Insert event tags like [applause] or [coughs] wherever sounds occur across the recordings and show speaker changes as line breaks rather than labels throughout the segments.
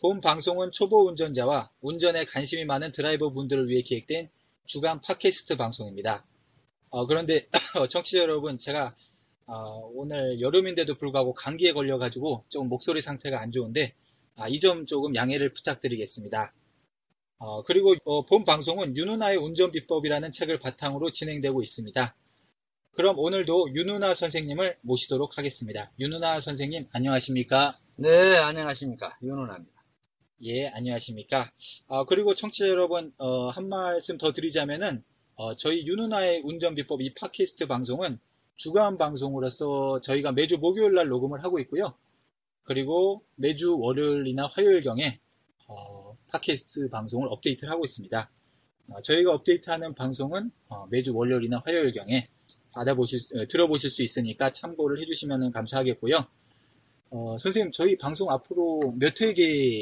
본 방송은 초보 운전자와 운전에 관심이 많은 드라이버 분들을 위해 기획된 주간 팟캐스트 방송입니다. 어, 그런데 [coughs] 청취자 여러분, 제가 어, 오늘 여름인데도 불구하고 감기에 걸려가지고 조금 목소리 상태가 안 좋은데 아, 이 점 조금 양해를 부탁드리겠습니다. 어, 그리고 어, 본 방송은 윤은아의 운전 비법이라는 책을 바탕으로 진행되고 있습니다. 그럼 오늘도 윤은아 선생님을 모시도록 하겠습니다. 윤은아 선생님 안녕하십니까?
네, 안녕하십니까. 윤은아입니다.
예, 안녕하십니까? 어, 그리고 청취자 여러분 어, 한 말씀 더 드리자면은 어, 저희 윤은아의 운전 비법 이 팟캐스트 방송은 주간 방송으로서 저희가 매주 목요일 날 녹음을 하고 있고요. 그리고 매주 월요일이나 화요일경에 어, 팟캐스트 방송을 업데이트를 하고 있습니다. 어, 저희가 업데이트하는 방송은 어, 매주 월요일이나 화요일경에 받아보실, 수- 어, 들어보실 수 있으니까 참고를 해주시면 감사하겠고요. 어, 선생님, 저희 방송 앞으로 몇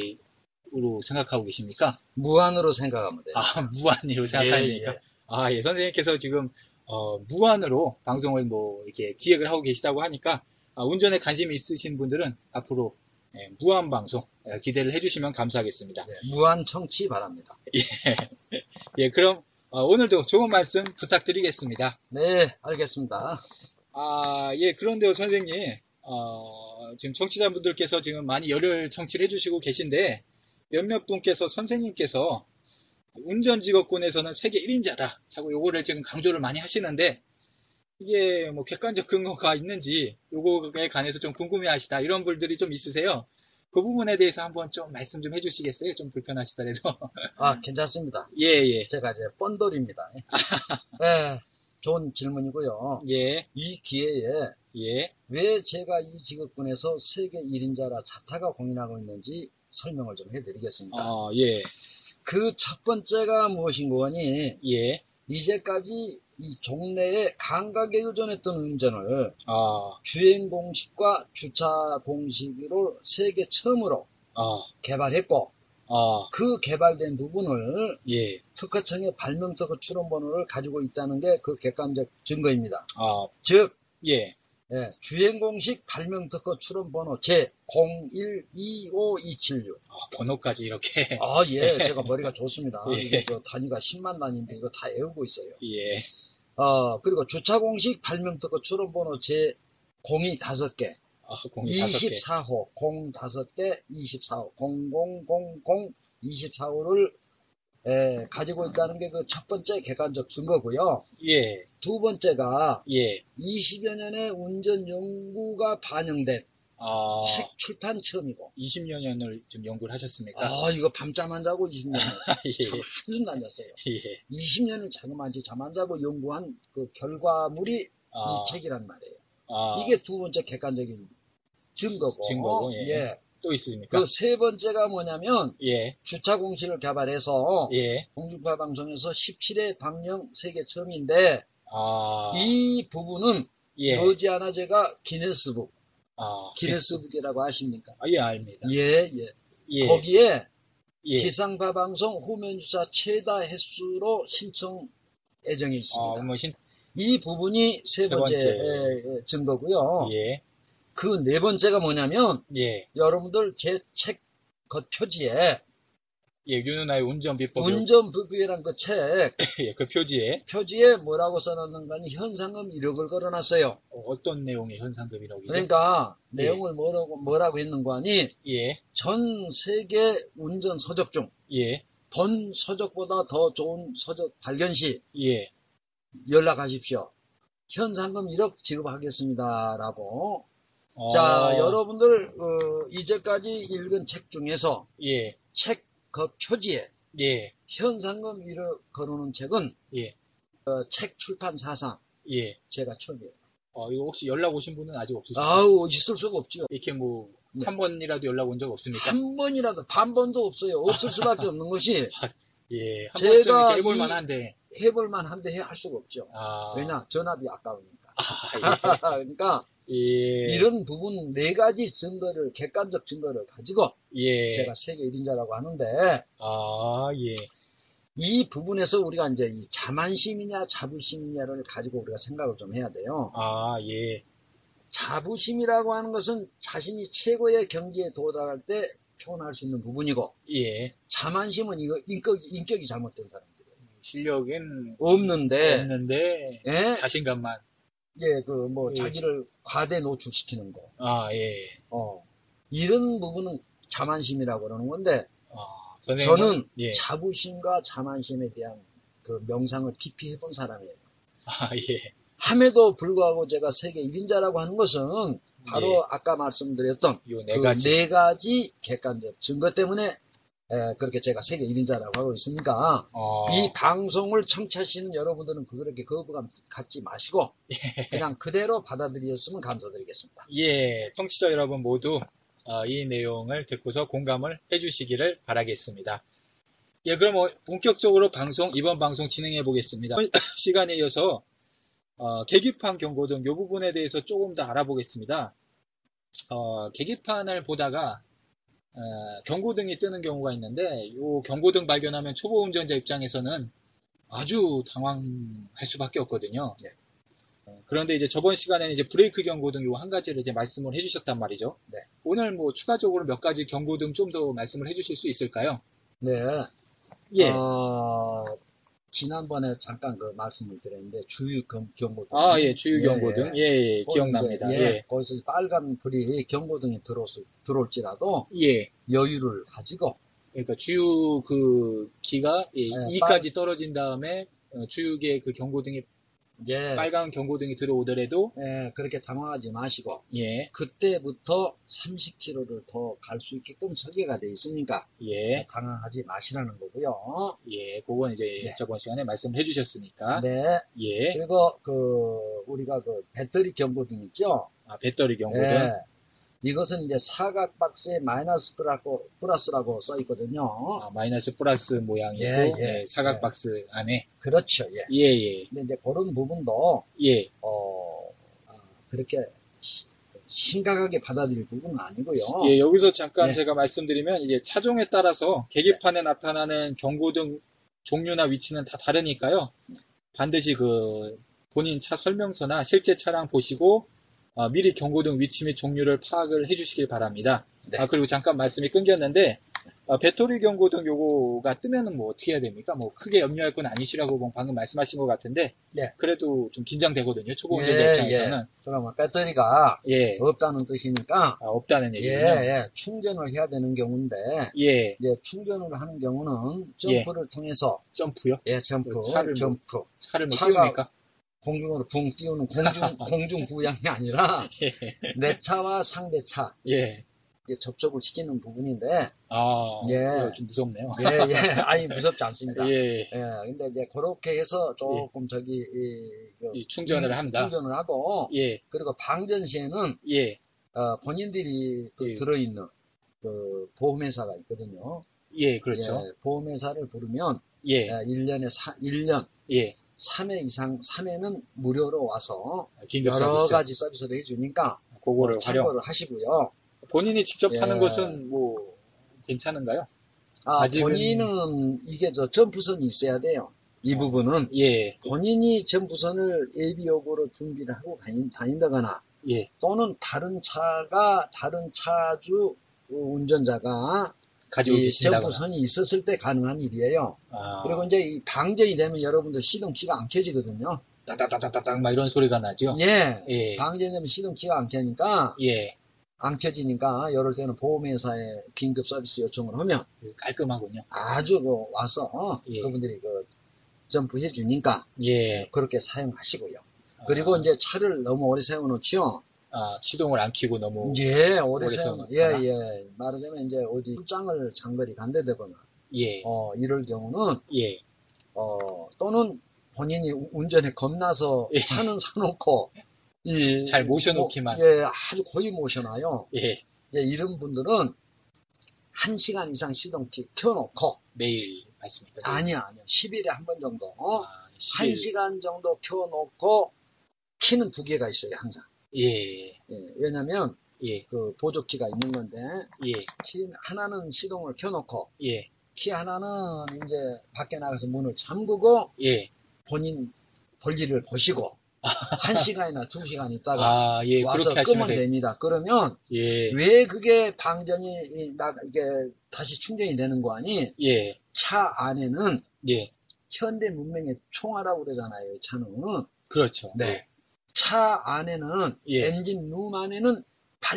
회계로 생각하고 계십니까?
무한으로 생각하면 돼요.
아, [laughs] 무한으로 생각하니까.
예, 예.
아, 예, 선생님께서 지금, 어, 무한으로 방송을 뭐, 이렇게 기획을 하고 계시다고 하니까, 아, 운전에 관심이 있으신 분들은 앞으로 예, 무한 방송 예, 기대를 해주시면 감사하겠습니다.
네, 무한 청취 바랍니다.
예, 그럼 어, 오늘도 좋은 말씀 부탁드리겠습니다.
네, 알겠습니다.
아, 예, 그런데요, 선생님. 어, 지금 청취자분들께서 지금 많이 열혈 청취를 해주시고 계신데, 몇몇 분께서 선생님께서 운전 직업군에서는 세계 1인자다. 자꾸 요거를 지금 강조를 많이 하시는데, 이게 뭐 객관적 근거가 있는지, 요거에 관해서 좀 궁금해 하시다. 이런 분들이 좀 있으세요. 그 부분에 대해서 한번 좀 말씀 좀 해주시겠어요? 좀 불편하시더라도.
아, 괜찮습니다.
[laughs] 예, 예,
제가 이제 뻔돌입니다. 네, 좋은 질문이고요.
예,
이 기회에
예.
왜 제가 이 직업군에서 세계 1인자라 자타가 공인하고 있는지 설명을 좀 해드리겠습니다.
어, 예,
그 첫 번째가 무엇인고 하니
예.
이제까지 이 종래에 감각에 의존했던 운전을
아,
주행 공식과 주차 공식으로 세계 처음으로
아,
개발했고
아,
그 개발된 부분을
예,
특허청의 발명서 그 출원번호를 가지고 있다는 게 그 객관적 증거입니다.
아,
즉
예,
예, 주행공식 발명특허 출원번호 제012526.
아, 번호까지 이렇게, [laughs]
아, 예, 제가 머리가 좋습니다.
예.
이게 그 단위가 10만 단위인데 이거 다 외우고 있어요.
예,
어, 그리고 주차공식 발명특허 출원번호 제02 5개,
아, 공이 다섯 개,
24호, 05개, 24호, 0000, 24호를 가지고 있다는 게 그 첫 번째 객관적 증거고요.
예,
두 번째가
예,
20여 년의 운전 연구가 반영된
아,
책 출판 처음이고.
20여 년을 좀 연구를 하셨습니까?
아, 이거 밤잠 안 자고
[laughs]
20년을
예,
한숨 다녔어요.
예,
20년을 자그마치 잠 안 자고 연구한 그 결과물이
아,
이 책이란 말이에요.
아,
이게 두 번째 객관적인 증거고.
증거고, 예. 또 있으십니까?
그 세 번째가 뭐냐면
예,
주차 공식을 개발해서
예,
공중파 방송에서 17회 방영 세계 처음인데
아,
이 부분은
예,
머지않아 제가 기네스북,
아,
기네스북이라고 아십니까?
아, 예, 알입니다.
예, 예.
예,
거기에
예,
지상파 방송 후면 주차 최다 횟수로 신청 예정이 있습니다.
아, 뭐, 신,
이 부분이 세
세
번째
번째.
예, 예, 증거고요.
예,
그 네 번째가 뭐냐면
예,
여러분들 제 책 겉표지에
예, 윤은아의 운전 비법, 요-
운전 부부이란 그 책
예, 그 표지에
표지에 뭐라고 써놨는가 하니 현상금 1억을 걸어놨어요.
어떤 내용의 현상금이라고, 이제?
그러니까
예.
내용을 뭐라고 뭐라고 했는가 하니
예,
전 세계 운전 서적 중
예,
본 서적보다 더 좋은 서적 발견 시
예,
연락하십시오. 현 상금 1억 지급하겠습니다라고.
어,
자, 여러분들 어, 이제까지 읽은 책 중에서
예,
책 그 표지에
예,
현 상금 1억 거르는 책은
예.
어, 책 출판 사상
예.
제가 처음이에요.
어, 이거 혹시 연락 오신 분은 아직 없으시죠?
아우 있을 수가 없죠.
이렇게 뭐 한
네.
번이라도 연락 온 적 없습니까?
한 번이라도 반 번도 없어요. 없을 수밖에 없는 것이
예, 한
제가
번쯤 이렇게 해볼
이-
만한데.
해볼 만한데 해- 할 수가 없죠.
아,
왜냐 전압이 아까우니까.
아,
[laughs] 그러니까
예, 예,
이런 부분 네 가지 증거를 객관적 증거를 가지고
예,
제가 세계 1인자라고 하는데
아, 예,
이 부분에서 우리가 이제 이 자만심이냐 자부심이냐를 가지고 우리가 생각을 좀 해야 돼요.
아, 예,
자부심이라고 하는 것은 자신이 최고의 경지에 도달할 때 표현할 수 있는 부분이고
예.
자만심은 이거 인격이, 인격이 잘못된 사람들
실력은
없는데
없는데
예?
자신감만.
예, 그 뭐
예.
자기를 과대 노출시키는 거
아, 예.
어. 이런 부분은 자만심이라고 그러는 건데
아, 선생님.
저는
예,
자부심과 자만심에 대한 그 명상을 깊이 해본 사람이에요.
아, 예,
함에도 불구하고 제가 세계 1인자라고 하는 것은 바로
예.
아까 말씀드렸던
요네
그
가지.
네 가지 객관적 증거 때문에 에, 그렇게 제가 세계 1인자라고 하고 있으니까
어,
이 방송을 청취하시는 여러분들은 그렇게 거부감 갖지 마시고 그냥 그대로 받아들였으면 감사드리겠습니다.
예, 청취자 여러분 모두 어, 이 내용을 듣고서 공감을 해주시기를 바라겠습니다. 예, 그럼 어, 본격적으로 방송 이번 방송 진행해 보겠습니다. [coughs] 시간에 이어서 어, 계기판 경고 등이 부분에 대해서 조금 더 알아보겠습니다. 어, 계기판을 보다가 어, 경고등이 뜨는 경우가 있는데 이 경고등 발견하면 초보 운전자 입장에서는 아주 당황할 수밖에 없거든요. 어, 그런데 이제 저번 시간에는 이제 브레이크 경고등 요 한 가지를 이제 말씀을 해주셨단 말이죠.
네.
오늘 뭐 추가적으로 몇 가지 경고등 좀 더 말씀을 해주실 수 있을까요?
네.
예.
어, 지난번에 잠깐 그 말씀을 드렸는데 주유 경- 경고등.
아, 예, 주유
예, 네.
경고등. 예, 예,
그거는
기억납니다.
이제,
예.
거기서 빨간 불이 경고등이 들어올, 들어올지라도
예.
여유를 가지고
그러니까 주유 그 기가 예,
네,
2까지 떨어진 다음에 어, 주유기에 그 경고등이
예,
빨간 경고등이 들어오더라도
예, 그렇게 당황하지 마시고
예,
그때부터 30km를 더 갈 수 있게끔 설계가 돼 있으니까
예,
당황하지 마시라는 거고요.
예, 그건 이제
네.
저번 시간에 말씀을 해주셨으니까
네.
예,
그리고 그 우리가 그 배터리 경고등 있죠.
아, 배터리 경고등.
예. 이것은 이제 사각 박스에 마이너스 플러스- 플러스라고 써 있거든요.
아, 마이너스 플러스 모양이고
예, 예.
예, 사각
예.
박스 안에
그렇죠. 예.
예, 예,
근데 이제 그런 부분도
예,
어, 아, 그렇게 시- 심각하게 받아들일 부분은 아니고요.
예, 여기서 잠깐
예.
제가 말씀드리면 이제 차종에 따라서 계기판에 나타나는 경고등 종류나 위치는 다 다르니까요. 반드시 그 본인 차 설명서나 실제 차량 보시고 어, 미리 경고등 위치 및 종류를 파악을 해주시길 바랍니다.
네.
아 그리고 잠깐 말씀이 끊겼는데 어, 배터리 경고등 요거가 뜨면은 뭐 어떻게 해야 됩니까? 뭐 크게 염려할 건 아니시라고 뭐 방금 말씀하신 것 같은데
네.
그래도 좀 긴장되거든요. 초보
예,
운전자 입장에서는
그러면 그러니까 뭐 배터리가
예,
없다는 뜻이니까
아, 없다는
예,
얘기군요.
예, 충전을 해야 되는 경우인데
예,
이제 충전을 하는 경우는 점프를 통해서
점프요.
예, 점프,
예. 그 차를
점프
차를 뭐
차가-
띄웁니까?
공중으로 붕 띄우는
[laughs]
공중 공중 부양이 아니라 내 차와 상대 차
예.
이게 접촉을 시키는 부분인데
아,
예.
예. 좀 무섭네요.
예,
[laughs]
예, 아니 무섭지 않습니다.
예.
예, 근데 이제 그렇게 해서 조금 저기 이, 그
이 충전을 한다.
충전을 하고
예,
그리고 방전 시에는
예,
어, 본인들이 그
예.
들어있는 그 보험회사가 있거든요.
예, 그렇죠.
예, 보험회사를 부르면
예,
예, 1년에 사, 1년
예.
3회 이상 3회는 무료로 와서
긴급
여러
서비스.
가지 서비스를 해주니까
그거를 활용.
참고를 하시고요.
본인이 직접
예.
하는 것은 뭐 괜찮은가요?
아,
아직은-
본인은 이게 저 점프선이 있어야 돼요. 이 부분은
예,
본인이 점프선을 예비역으로 준비를 하고 다닌, 다닌다거나
예,
또는 다른 차가 다른 차주 어, 운전자가
가지고
이
계신다거나.
점프선이 있었을 때 가능한 일이에요.
아,
그리고 이제 이 방전이 되면 여러분들 시동키가 안 켜지거든요.
따따따따따 막 이런 소리가 나죠.
예.
예,
방전이 되면 시동키가 안 켜니까
예,
안 켜지니까 이럴 때는 보험회사에 긴급 서비스 요청을 하면
깔끔하군요.
아주 그 와서
예.
그분들이 그 점프해 주니까
예,
그렇게 사용하시고요. 그리고 이제 차를 너무 오래 세워놓지요.
아, 시동을 안 켜고 너무
예, 오래
오래
세워. 예,
세워놓거나.
예. 말하자면 이제 어디 출장을 장거리 간대되거나
예,
어 이럴 경우는
예,
어 또는 본인이 우- 운전에 겁나서
예.
차는 사놓고 이-
잘 모셔놓기만.
뭐, 예, 아주 거의 모셔놔요.
예,
예, 이런 분들은 한 시간 이상 시동 키- 켜놓고
매일 맞습니까?
아니야, 아니야. 10일에 한 번 정도. 어?
아, 시-
한 시간 정도 켜놓고 키는 두 개가 있어요, 항상.
예,
예, 왜냐면
예,
그 보조키가 있는 건데
예,
키 하나는 시동을 켜놓고
예,
키 하나는 이제 밖에 나가서 문을 잠그고
예.
본인 볼일을
[laughs]
보시고 한 시간이나 두 시간 있다가
아, 예,
와서
그렇게 하시면
끄면
돼.
됩니다. 그러면
예,
왜 그게 방전이 이- 나 이게 다시 충전이 되는 거 아니?
예,
차 안에는
예,
현대 문명의 총알이라고 그러잖아요. 이 차는
그렇죠.
네. 차 안에는
예.
엔진 룸 안에는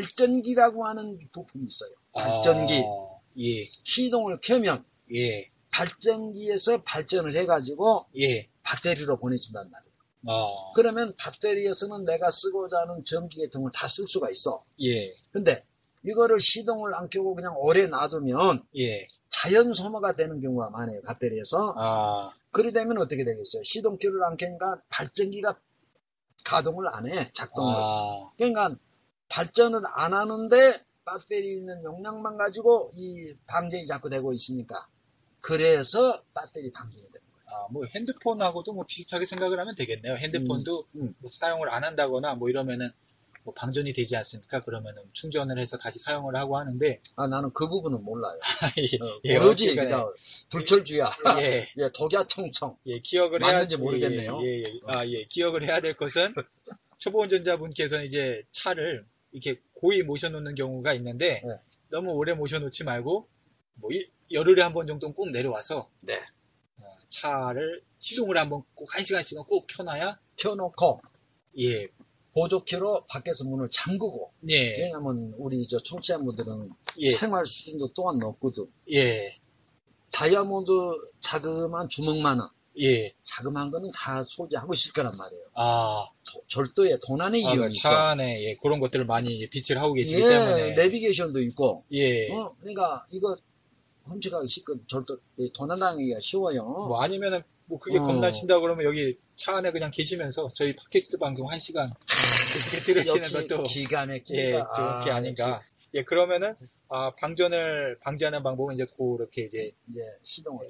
발전기라고 하는 부품이 있어요. 발전기.
아, 예,
시동을 켜면
예,
발전기에서 발전을 해가지고
예.
배터리로 보내준단 말이에요.
아,
그러면 배터리에서는 내가 쓰고자 하는 전기계통을 다 쓸 수가 있어.
예,
근데 이거를 시동을 안 켜고 그냥 오래 놔두면
예.
자연 소모가 되는 경우가 많아요. 배터리에서.
아,
그리 되면 어떻게 되겠어요? 시동키를 안 켜니까 발전기가 가동을 안 해. 작동을.
아,
그러니까 발전을 안 하는데 배터리 있는 용량만 가지고 이 방전이 자꾸 되고 있으니까 그래서 배터리 방전이 돼요.
아, 뭐 핸드폰하고도 뭐 비슷하게 생각을 하면 되겠네요. 핸드폰도
음, 음.
뭐 사용을 안 한다거나 뭐 이러면은 뭐 방전이 되지 않습니까? 그러면은 충전을 해서 다시 사용을 하고
[laughs]
하는데
아 나는 그 부분은 몰라요.
예,
어,
[laughs] 예,
모르지
어쨌든간에.
그냥 불철주야.
예,
예, 독야청청.
예, 기억을 해야
맞는지 모르겠네요.
예, 예, 예. 아, 예, 기억을 해야 될 것은 [laughs] 초보 운전자분께서는 이제 차를 이렇게 고이 모셔놓는 경우가 있는데
네.
너무 오래 모셔놓지 말고 뭐 일- 열흘에 한 번 정도는 꼭 내려와서
네.
어, 차를 시동을 한번 꼭 한 시간씩은 꼭 켜놔야
켜놓고
예,
보조키로 밖에서 문을 잠그고.
예,
왜냐면 우리 저 청취자분들은
예,
생활 수준도 또한 높거든.
예,
다이아몬드 자그마한 주먹만은
예,
자그마한 거는 다 소지하고 있을 거란 말이에요.
아,
도- 절도에 도난의
아,
이유가 있어.
차 안에 예, 그런 것들을 많이 이제 빛을 하고 계시기
예,
때문에
내비게이션도 있고.
예,
어, 그러니까 이거 훔쳐가기 쉽고 절도 이 도난당하기가 쉬워요.
뭐 아니면은 뭐 그게
어.
겁나신다 그러면 여기 차 안에 그냥 계시면서 저희 팟캐스트 방송 한 시간 이렇게
[laughs]
들으시는
역시
것도
기가 막히다.
예, 좋은 게 아닌가. 예, 그러면은 아, 방전을 방지하는 방법은 이제 그렇게 이제
예, 시동을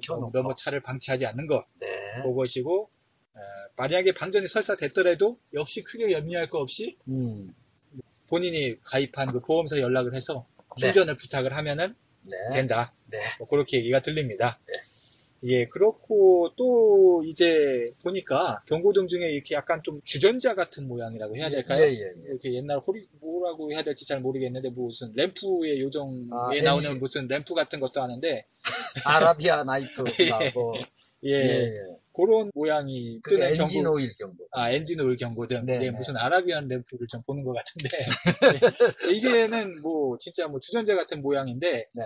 너무,
켜놓고.
너무 차를 방치하지 않는 것
네.
그것이고 어, 만약에 방전이 설사 됐더라도 역시 크게 염려할 거 없이
음.
본인이 가입한 그 보험사 연락을 해서
네.
충전을 부탁을 하면은
네.
된다.
네.
뭐 그렇게 얘기가 들립니다. 예, 그렇고 또 이제 보니까 경고등 중에 이렇게 약간 좀 주전자 같은 모양이라고 해야 될까요?
예, 예, 예.
이렇게 옛날 호리 뭐라고 해야 될지 잘 모르겠는데 무슨 램프의 요정에
아,
나오는
램프.
무슨 램프 같은 것도 아는데
아라비아
[laughs]
나이트라고.
예,
예, 예.
그런 모양이
그
뜨는
엔진
경고
오일 경보.
아, 엔진 오일 경고등.
네,
예,
네.
무슨 아라비안 램프를 좀 보는 것
[laughs]
같은데. 예, 이게는 뭐, 진짜 뭐, 주전자 같은 모양인데.
네.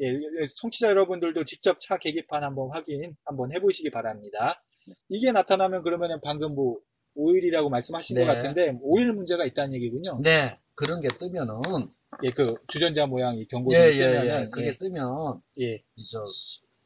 예, 예, 청취자 여러분들도 직접 차 계기판 한번 확인, 한번 해보시기 바랍니다.
네.
이게 나타나면 그러면은 방금 뭐, 오일이라고 말씀하신
네.
것 같은데, 오일 문제가 있다는 얘기군요.
네. 그런 게 뜨면은.
예, 그, 주전자 모양 이
예,
경고등.
예, 예.
뜨면은,
그게 뜨면,
예, 예,
이 저,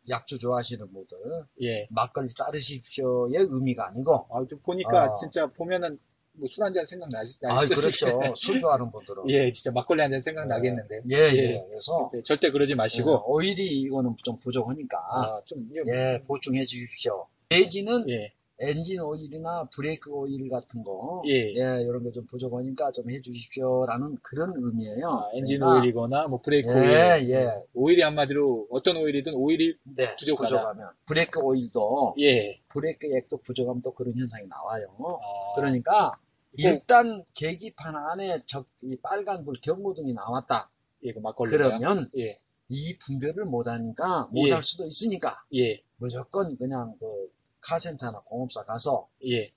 약주 좋아하시는 분들,
예.
막걸리 따르십시오의 의미가 아니고,
아, 좀 보니까
아.
진짜 보면은, 뭐, 술 한잔 생각나시,
아,
나실 수도
그렇죠. 술 좋아하는 분들은.
[laughs] 예, 진짜 막걸리 한잔 생각나겠는데.
예, 예.
예.
그래서
네, 절대 그러지
예,
마시고
오일이 이거는 좀 부족하니까
아, 좀 이거-
예 보충해 주십시오. 내지는
예,
엔진 오일이나 브레이크 오일 같은 거,
예.
이런 게 좀 부족하니까 좀 해주십시오라는 그런 의미예요.
아, 엔진
그러니까,
오일이거나 뭐 브레이크
예,
오일,
예,
오일이 한마디로 어떤 오일이든 오일이
네,
부족하다.
부족하면 브레이크 오일도
예,
브레이크 액도 부족하면 또 그런 현상이 나와요.
아,
그러니까
예.
일단 계기판 안에 적, 이 빨간불 경고등이 나왔다.
예, 그 막걸리
그러면
예,
이 분별을 못하니까
예.
못할 수도 있으니까
예,
무조건 그냥 그 카센터나 공업사 가서
예,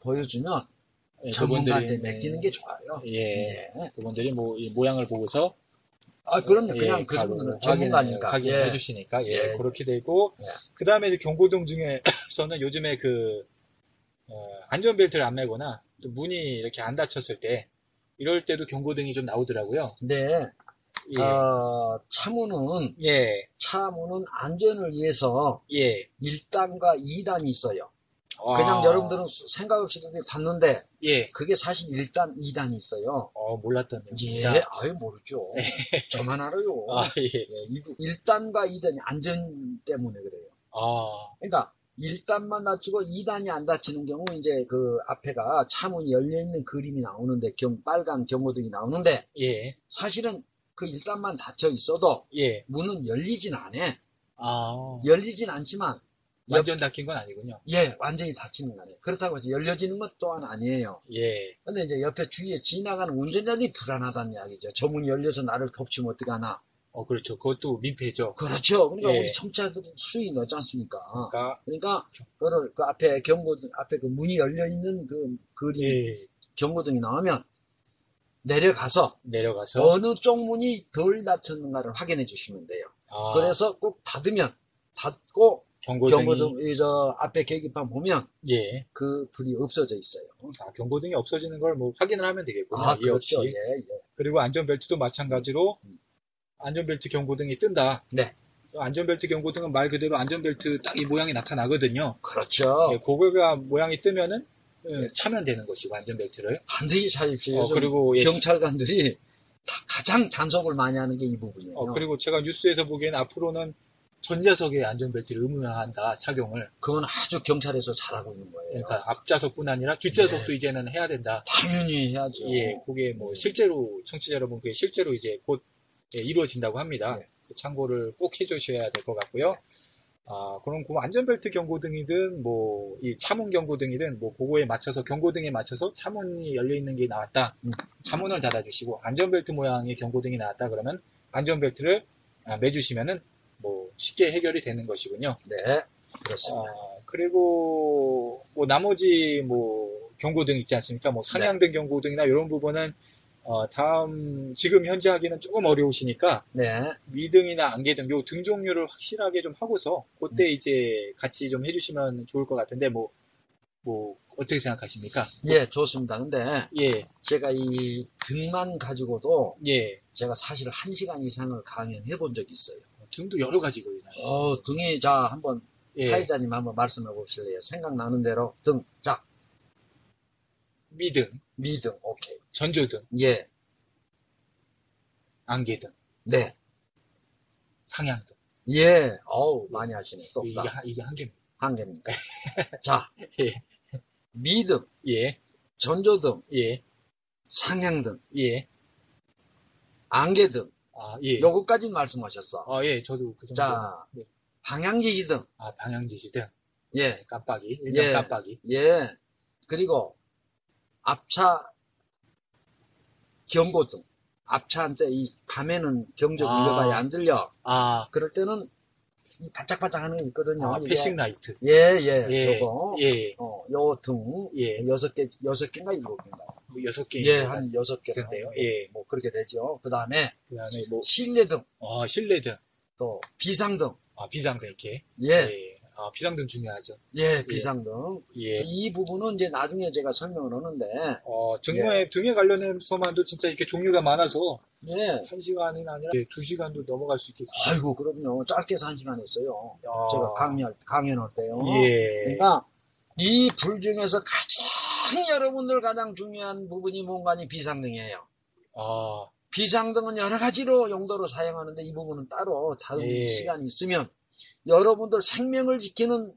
보여주면
예,
전문가한테
그분들이- 네.
맡기는 게 좋아요. 네.
예, 그분들이 뭐 이 모양을 보고서
아, 그럼요.
예,
그냥
바로
그분들은
확인을-
전문가니까.
확인을
예.
해주시니까 예,
예.
그렇게 되고
예.
[coughs] 그 다음에 경고등 중에서는 요즘에 그 어, 안전벨트를 안 매거나 또 문이 이렇게 안 닫혔을 때 이럴 때도 경고등이 좀 나오더라고요.
근데
예,
어, 차문은
예,
차문은 안전을 위해서
예.
1단과 2단이 있어요.
아,
그냥 여러분들은 생각 없이 그냥 봤는데
예,
그게 사실 1단, 2단이 있어요.
어, 몰랐던
예,
얘기입니다.
아유 모르죠. 저만 알아요.
아, 예,
예, 1단과 2단이 안전 때문에 그래요.
아,
그러니까 1단만 닫히고 2단이 안 닫히는 경우 이제 그 앞에가 차문이 열려 있는 그림이 나오는데 경 빨간 경고등이 나오는데
예,
사실은 그 1단만 닫혀 있어도
예,
문은 열리진 않아.
아,
열리진 않지만
완전 닫힌 건 아니군요.
예, 완전히 닫히는 거 아니에요. 그렇다고 해서 열려지는 것 또한 아니에요.
예,
근데 이제 옆에 주위에 지나가는 운전자들이 불안하다는 이야기죠. 저 문이 열려서 나를 덮치면 어떡하나.
어, 그렇죠. 그것도 민폐죠.
그렇죠. 그러니까
예.
우리 청차들은 수위 넣지 않습니까?
그러니까,
그러니까 그거를 그 앞에 경고등 앞에 그 문이 열려 있는 그 그림
예,
경고등이 나오면 내려가서
내려가서,
어느 쪽 문이 덜 닫혔는가를 확인해 주시면 돼요.
아,
그래서 꼭 닫으면 닫고
경고등이,
경고등 이저 앞에 계기판 보면
예,
그 불이 없어져 있어요.
아, 경고등이 없어지는 걸 뭐 확인을 하면 되겠군요.
아
이 역시.
그렇죠. 예, 예.
그리고 안전벨트도 마찬가지로 안전벨트 경고등이 뜬다.
네.
저 안전벨트 경고등은 말 그대로 안전벨트 딱 이 모양이 나타나거든요.
그렇죠.
예, 그거가 모양이 뜨면은 예, 차면 되는 것이고 안전벨트를.
반드시 찾으십시오.
어,
요즘
그리고 예,
경찰관들이 다 가장 단속을 많이 하는 게 이 부분이에요.
어, 그리고 제가 뉴스에서 보기엔 앞으로는 전좌석에 안전벨트를 의무화한다 착용을.
그건 아주 경찰에서 잘하고 있는 거예요.
그러니까 앞좌석뿐 아니라 뒷좌석도 이제는 해야 된다.
당연히 해야죠.
예, 그게 뭐 실제로 청취자 여러분 그게 실제로 이제 곧 예, 이루어진다고 합니다.
네.
그 참고를 꼭 해주셔야 될 것 같고요. 아, 그럼 그 안전벨트 경고등이든 뭐 이 차문 경고등이든 뭐 그거에 맞춰서 경고등에 맞춰서 차문이 열려 있는 게 나왔다.
음.
차문을 닫아주시고 안전벨트 모양의 경고등이 나왔다 그러면 안전벨트를 아, 매주시면은 뭐 쉽게 해결이 되는 것이군요.
네, 그렇습니다.
아, 그리고 뭐 나머지 뭐 경고등 있지 않습니까?
네.
뭐 산양등 경고등이나 이런 부분은 어, 다음 지금 현재 하기는 조금 어려우시니까
네,
미등이나 안개등 요 등 종류를 확실하게 좀 하고서 그때
음.
이제 같이 좀 해주시면 좋을 것 같은데 뭐 뭐 어떻게 생각하십니까?
예, 좋습니다. 근데
예,
제가 이 등만 가지고도
예.
제가 사실 한 시간 이상을 강연해 본 적이 있어요.
등도 여러 가지가 있나요?
어, 등이 자 한번
예.
사회자님 한번 말씀해 보실래요? 생각나는 대로 등, 자,
미등,
미등, 오케이.
전조등,
예,
안개등,
네,
상향등.
예, 어우 많이 하시네. 또
이게 한, 이게 한 개입니다. [laughs]
한 개입니다. 자,
예.
미등,
예,
전조등,
예,
상향등,
예.
안개등,
아, 예.
요거까지 말씀하셨어.
아, 예, 저도 그 정도.
자,
네.
방향지시등,
아, 방향지시등. 네,
예,
깜빡이. 일명
예.
깜빡이.
예. 그리고 앞차 경고등. 앞차한테 이 밤에는 경적
아.
위협이 안 들려.
아,
그럴 때는 이 바짝바짝 하는 게 있거든요.
아
이게.
패싱 라이트.
예, 예.
예.
요거.
예.
어, 요 등.
예.
여섯 개, 여섯 개인가 일곱 개인가.
뭐 여섯 개.
예, 한 여섯 개.
같은데요. 예.
뭐 그렇게 되죠. 그 다음에
그 다음에 뭐,
실내등,
어, 실내등.
또 비상등.
아, 비상등 이렇게.
예,
아, 비상등 중요하죠.
예, 비상등.
예.
이 부분은 이제 나중에 제가 설명을 하는데,
어, 등에, 등에 관련해서만도 진짜 이렇게 종류가 많아서,
예.
한시간이 아니라, 예, 두시간도 넘어갈 수 있겠어요.
아이고, 그럼요. 짧게서 한 시간 했어요.
아,
제가 강연, 강연할 때요.
예.
그러니까 이 불 중에서 가장 여러분들 가장 중요한 부분이 뭔가니 비상등이에요.
아,
비상등은 여러 가지로 용도로 사용하는데 이 부분은 따로 다음
예.
시간이 있으면 여러분들 생명을 지키는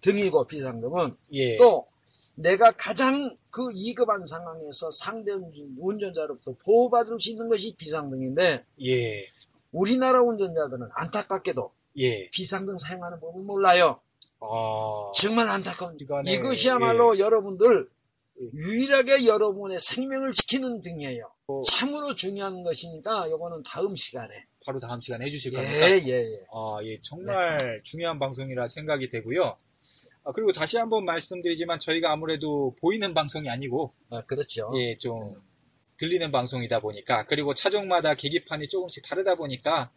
등이고 비상등은
예.
또 내가 가장 그 위급한 상황에서 상대 운전- 운전자로부터 보호받을 수 있는 것이 비상등인데
예.
우리나라 운전자들은 안타깝게도
예.
비상등 사용하는 법을 몰라요.
아,
정말 안타깝습니다.
시간에,
이것이야말로 여러분들
예.
유일하게 여러분의 생명을 지키는 등이에요.
어.
참으로 중요한 것이니까 요거는 다음 시간에.
바로 다음 시간에 해주실
예,
겁니까?
예, 예.
아, 예, 정말 중요한 방송이라 생각이 되고요. 아, 그리고 다시 한번 말씀드리지만 저희가 아무래도 보이는 방송이 아니고
아, 그렇죠.
예, 좀 들리는 방송이다 보니까 그리고 차종마다 계기판이 조금씩 다르다 보니까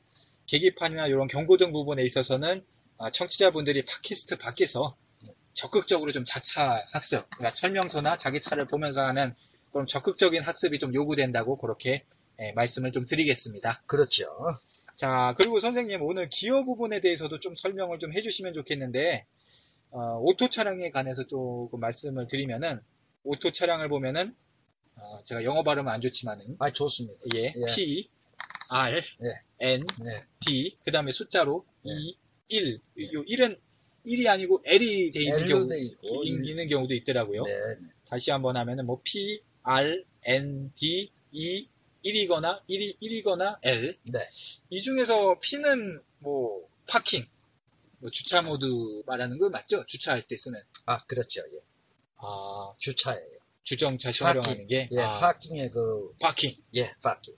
계기판이나 이런 경고등 부분에 있어서는 아, 청취자분들이 팟캐스트 밖에서 적극적으로 좀 자차 학습, 그러니까 설명서나 자기 차를 보면서 하는 그런 적극적인 학습이 좀 요구된다고 그렇게 예, 말씀을 좀 드리겠습니다.
그렇죠.
자, 그리고 선생님 오늘 기어 부분에 대해서도 좀 설명을 좀 해주시면 좋겠는데, 어, 오토 차량에 관해서 조금 말씀을 드리면은, 오토 차량을 보면은, 어, 제가 영어 발음은 안 좋지만은,
아, 좋습니다.
예,
예.
P, R, N,
네.
D, 그 다음에 숫자로
예.
2, 1. 요 1은 1이 아니고 L이 돼 있는
L로
경우,
돼 있고.
있는 경우도 있더라고요.
네.
다시 한번 하면은 뭐 P, R, N, D, E, 1이거나 1이 1이거나 L.
네.
이 중에서 P는 뭐 파킹, 뭐 주차 모드 말하는 거 맞죠? 주차할 때 쓰는
아, 그렇죠. 예.
아
주차예요.
주정차 시
파킹.
활용하는 게
예,
아,
파킹의 그,
파킹.
예, 파킹.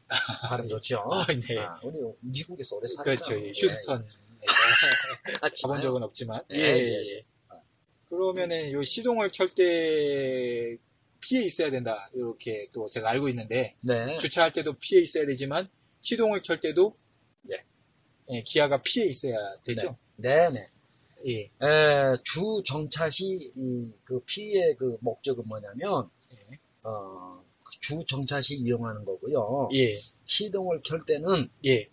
발음 좋죠.
아, 네.
아, 우리 미국에서 오래 살았죠.
그렇죠. 예, 휴스턴.
아,
가본 적은 없지만.
예,
예,
예,
예, 예. 그러면은 요 시동을 켤 때 피해 있어야 된다. 이렇게 또 제가 알고 있는데
네.
주차할 때도 피해 있어야 되지만 시동을 켤 때도 예, 예, 기아가 피해 있어야 되죠.
네네.
예.
에, 주 정차시 이, 그 피해의 그 목적은 뭐냐면
예.
어, 주 정차시 이용하는 거고요.
예.
시동을 켤 때는
예.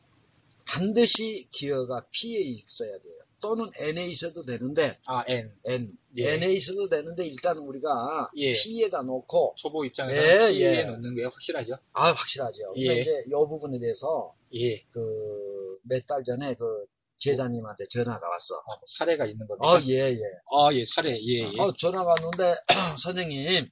반드시 기어가 P에 있어야 돼요. 또는 N에 있어도 되는데
아, N.
N
예.
N에 있어도 되는데 일단 우리가
예.
P에다 놓고
초보 입장에서
예,
피해
예.
놓는 게 확실하죠.
아 확실하죠. 근데
예.
이제 이 부분에 대해서
예.
그 몇 달 전에 그 제자님한테 전화가 왔어.
아, 뭐 사례가 있는 겁니다.
아 예 예.
아, 예, 사례. 예, 예.
어, 전화가 왔는데 [clears throat] 선생님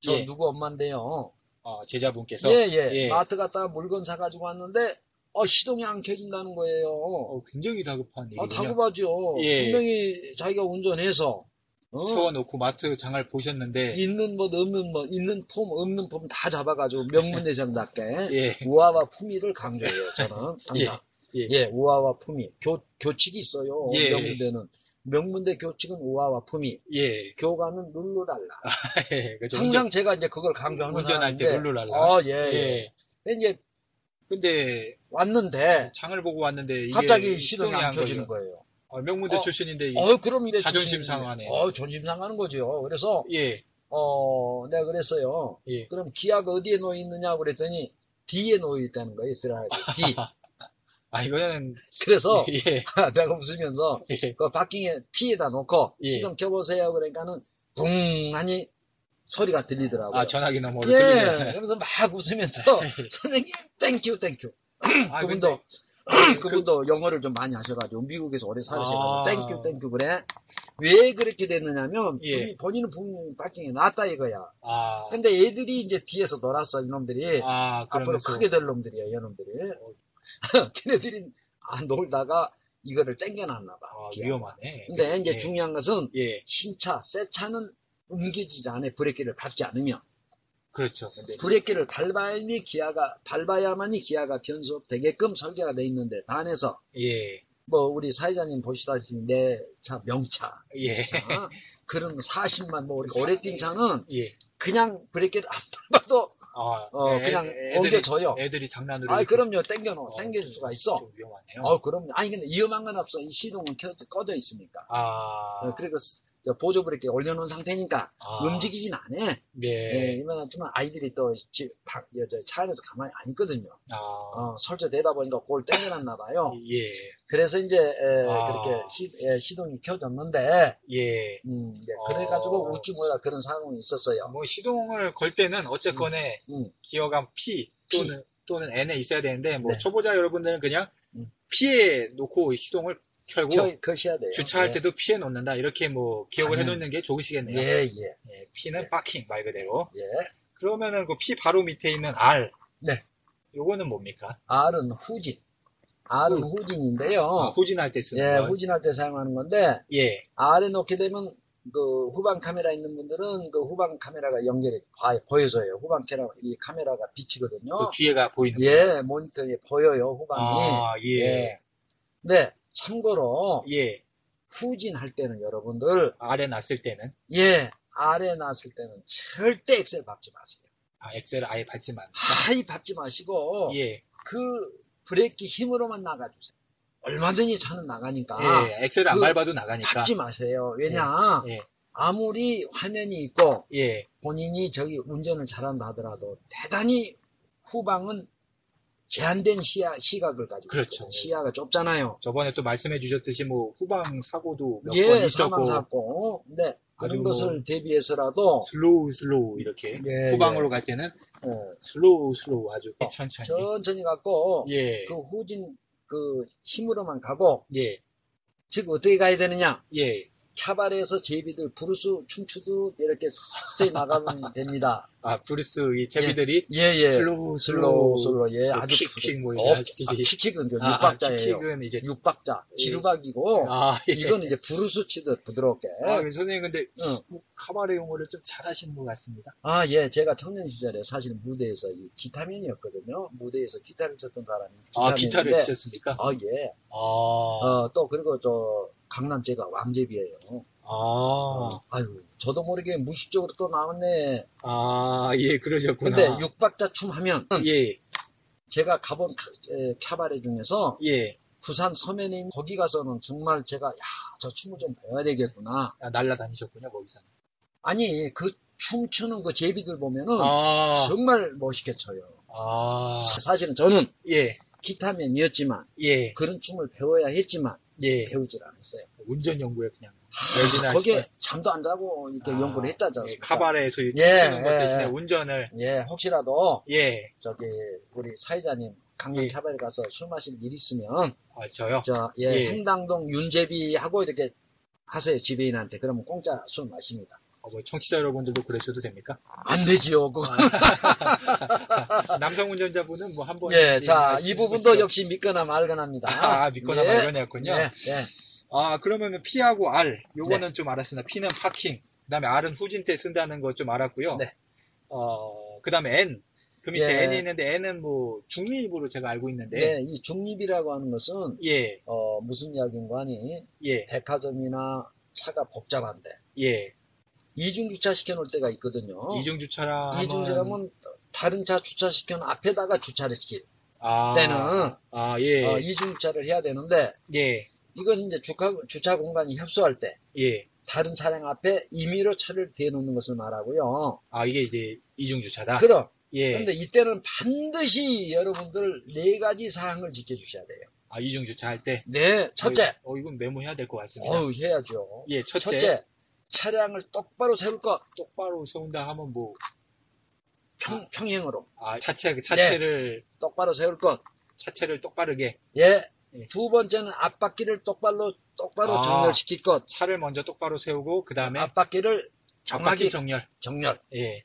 저
예.
누구 엄마인데요.
아, 제자분께서
예예
예.
마트 갔다가 물건 사가지고 왔는데 어 시동이 안 켜진다는 거예요.
어, 굉장히 다급한
아
일이군요.
다급하죠.
예.
분명히 자기가 운전해서 어, 예.
세워놓고 마트 장을 보셨는데
있는 법 없는 법 있는 폼 없는 폼 다 잡아가지고 명문대장답게
예,
우아와 품위를 강조해요. 저는 항상
예, 예.
우아와 품위 교 교칙이 있어요.
예.
명문대는 명문대 교칙은 우아와 품위
예, [laughs]
교과는 룰루랄라.
그죠.
항상 제가 이제 그걸 강조하는
아, 운전할 때
사람인데,
룰루랄라.
아, 예,
운전-
예.
예.
근데 이제
근데
왔는데
장을 보고 왔는데 이게
갑자기 시동이 안
걸려.
켜지는 거예요.
어, 명문대
어.
출신인데 이게
어, 그럼 이제
자존심
주시는-
상하네.
어, 존심 상하는 거죠. 그래서
예,
어, 내가 그랬어요.
예.
그럼 기아가 어디에 놓여 있느냐고 그랬더니 뒤에 놓여 있다는 거예요. 드라이브 뒤.
[laughs] 아 이거는
그래서
[laughs] 예,
[laughs] 내가 웃으면서
예.
그 바퀴에 피에다 놓고
예.
시동 켜보세요. 그러니까는 붕하니 소리가 들리더라고요.
아 전화기 넘어
예, 그러면서 막
[laughs]
웃으면서 선생님 땡큐 땡큐.
아, 근데
그분도 [clears throat] 그분도 영어를 좀 많이 하셔가지고 미국에서 오래 살으셔가지고
아.
땡큐 땡큐 그래 왜 그렇게 됐느냐면
예.
분이- 본인은 분명히 바킹이 낫다 이거야
아,
근데 애들이 이제 뒤에서 놀았어 이놈들이
아
앞으로
그러면서
크게 될 놈들이야 이놈들이 [laughs] 걔네들이 안 놀다가 이거를 땡겨놨나 봐
아, 위험하네.
근데 이제
예.
중요한 것은
예,
신차 새 차는 움직이지 않아 브레이크를 밟지 않으면
그렇죠. 근데
브레이크를 밟아야만이 기아가 밟아야만이 기아가 변속되게끔 설계가 돼 있는데 반해서
예,
뭐 우리 사회자님 보시다시피 내 차 명차
예, [laughs]
자, 그런 40만 뭐 우리가 오래 뛴 차는
예.
그냥 브레이크를 안 밟아도
아,
어,
애-
그냥
애들이-
옮겨져요.
애들이 장난으로.
아
이렇게-
그럼요 땡겨놓
어,
땡길 수가 있어.
좀 위험하네요.
어 그럼 아니 근데 위험한 건 없어 이 시동은 켜, 꺼져 있으니까.
아,
어, 그리고 스- 저 보조 브레이크 올려놓은 상태니까
아,
움직이진 않아.
예,
예, 이만하지만 아이들이 또 집, 밖, 여자 차 안에서 가만히 안 있거든요.
아,
어, 설치되다 보니까 골 땡겨놨나 봐요.
예,
그래서 이제 에,
아.
그렇게 시, 예, 시동이 켜졌는데
예.
음, 예.
어.
그래가지고 웃지 못할 그런 상황이 있었어요.
뭐 시동을 걸 때는 어쨌건에
음.
기어감 P
P.
또는 또는 N에 있어야 되는데 뭐
네.
초보자 여러분들은 그냥
음.
피해 놓고 시동을 켜고
켜, 켜셔야 돼요.
뭐 주차할
예.
때도 피해 놓는다 이렇게 뭐 기억을 해놓는 게 좋으시겠네요.
예, 예,
예, P는
예.
파킹 말 그대로.
예.
그러면은 그 P 바로 밑에 있는 R.
네.
요거는 뭡니까?
R은 후진. R은
후-
후진인데요.
아, 후진할 때 쓰는
예,
거.
후진할 때 사용하는 건데,
예,
R에 놓게 되면, 그, 후방 카메라 있는 분들은 그 후방 카메라가 연결이 봐- 보여져요. 후방 카메라, 이 카메라가 비치거든요.
그 뒤에가 보이는. 거.
어. 예, 모니터에 보여요, 후방이.
아, 예,
네, 참고로,
예.
후진할 때는 여러분들,
R에 놨을 때는
예, R에 놨을 때는 절대 엑셀 밟지 마세요.
아, 엑셀을 아예 밟지만.
하이 밟지 마시고
예,
그 브레이크 힘으로만 나가주세요. 얼마든지 차는 나가니까
예, 엑셀을 안
그
밟아도 나가니까.
밟지 마세요. 왜냐
예.
아무리 화면이 있고
예,
본인이 저기 운전을 잘한다 하더라도 대단히 후방은 제한된 시야, 시각을 가지고
그렇죠.
있어요. 시야가 좁잖아요.
저번에 또 말씀해 주셨듯이 뭐 후방 사고도 몇 번
예,
있었고
사망사고. 네,
아주
그런
뭐-
것을
어.
대비해서라도
슬로우 슬로우 이렇게
예,
후방으로
예.
갈 때는
어,
슬로우 슬로우 아주 천천히
천천히 갖고
예,
그 후진 그 힘으로만 가고
예,
즉 어떻게 가야 되느냐?
예.
캬바레에서 제비들 부르스 춤추듯 이렇게 서서히
[laughs]
나가면 됩니다.
아 브루스 이 제비들이
예예.
슬로우
슬로우
슬로우
슬로우 예
뭐
아주
킥,
부드러-
킥, 뭐
어,
이런
아,
스티치.
킥킥은 그
아, 아,
육박자예요.
킥킥은 이제
육박자
예.
지루박이고
아, 예.
이건 이제 부르스 치듯 부드럽게.
아, 선생님 근데
응.
뭐 카바레 용어를 좀 잘하시는 것 같습니다.
아, 예. 제가 청년 시절에 사실 무대에서 이 기타맨이었거든요. 무대에서 기타를 쳤던 사람이.
아 기타를
기타맨인데,
치셨습니까?
아, 예.
아,
어, 또, 그리고 저, 강남 제가 왕제비예요
아,
아유, 저도 모르게 무의식적으로 또 나왔네.
아, 예, 그러셨구나.
근데 육박자 춤 하면,
예,
제가 가본 카, 에, 캬바레 중에서,
예,
부산 서면에 있는 거기 가서는 정말 제가, 야, 저 춤을 좀 배워야 되겠구나.
아, 날라다니셨군요 거기서.
아니, 그 춤추는 그 제비들 보면은,
아,
정말 멋있게 춰요.
아,
사- 사실은 저는
예,
기타맨이었지만,
예,
그런 춤을 배워야 했지만
예.
배우질 않았어요.
운전 연구에 그냥 열진을
거기에
하시고.
잠도 안 자고 이렇게
아,
연구를 했다잖아요.
예, 카바레에서 예,
예,
치는 것
예,
대신에
예.
운전을
예, 혹시라도
예,
저기 우리 사회자님 강남
예.
타바에 가서 술 마실 일 있으면
아, 저요.
저 예,
예.
행당동 윤재비하고 이렇게 하세요 지배인한테 그러면 공짜 술 마십니다.
어, 뭐 청취자 여러분들도 그러셔도 됩니까?
안
아,
되지요. 그거.
남성 운전자분은 뭐 한 번.
[laughs] 아. 예, 자 이
말씀해
부분도
주시죠.
역시 믿거나 말거나입니다.
아, 믿거나
예,
말거나였군요.
예, 네. 예.
아, 그러면 P하고 R, 요거는 좀 알았습니다. P는 파킹, 그 다음에 R은 후진 때 쓴다는 거 좀 알았고요.
네.
어, 그 다음에 N. 그 밑에
예.
N이 있는데 N은 뭐 중립으로 제가 알고 있는데.
네, 이 중립이라고 하는 것은
예,
어, 무슨 이야기인가 하니
예,
백화점이나 차가 복잡한데
예.
이중 주차 시켜놓을 때가 있거든요.
이중주차라. 아, 하면-
어. 이중주차면 다른 차 주차시켜놓은 앞에다가 주차를 시킬
아,
때는
아, 예,
어, 이중주차를 해야 되는데
예,
이건 이제 주차, 주차 공간이 협소할 때
예.
다른 차량 앞에 임의로 차를 대놓는 것을 말하고요.
아, 이게 이제 이중주차다.
그럼
예.
근데 이때는 반드시 여러분들 네 가지 사항을 지켜주셔야 돼요.
아, 이중주차 할 때.
네, 첫째,
어, 이건 메모해야 될 것 같습니다.
어우 해야죠.
예, 첫째.
첫째, 차량을 똑바로 세울 것
똑바로 세운다 하면 뭐,
평, 평행으로
아, 차체, 차체를,
똑바로 세울 것.
차체를 똑바르게.
예.
예.
두 번째는 앞바퀴를 똑바로 똑바로
아.
정렬시킬 것.
차를 먼저 똑바로 세우고 그 다음에
앞바퀴를 아, 정확히
앞바퀴 정렬.
정렬.
예,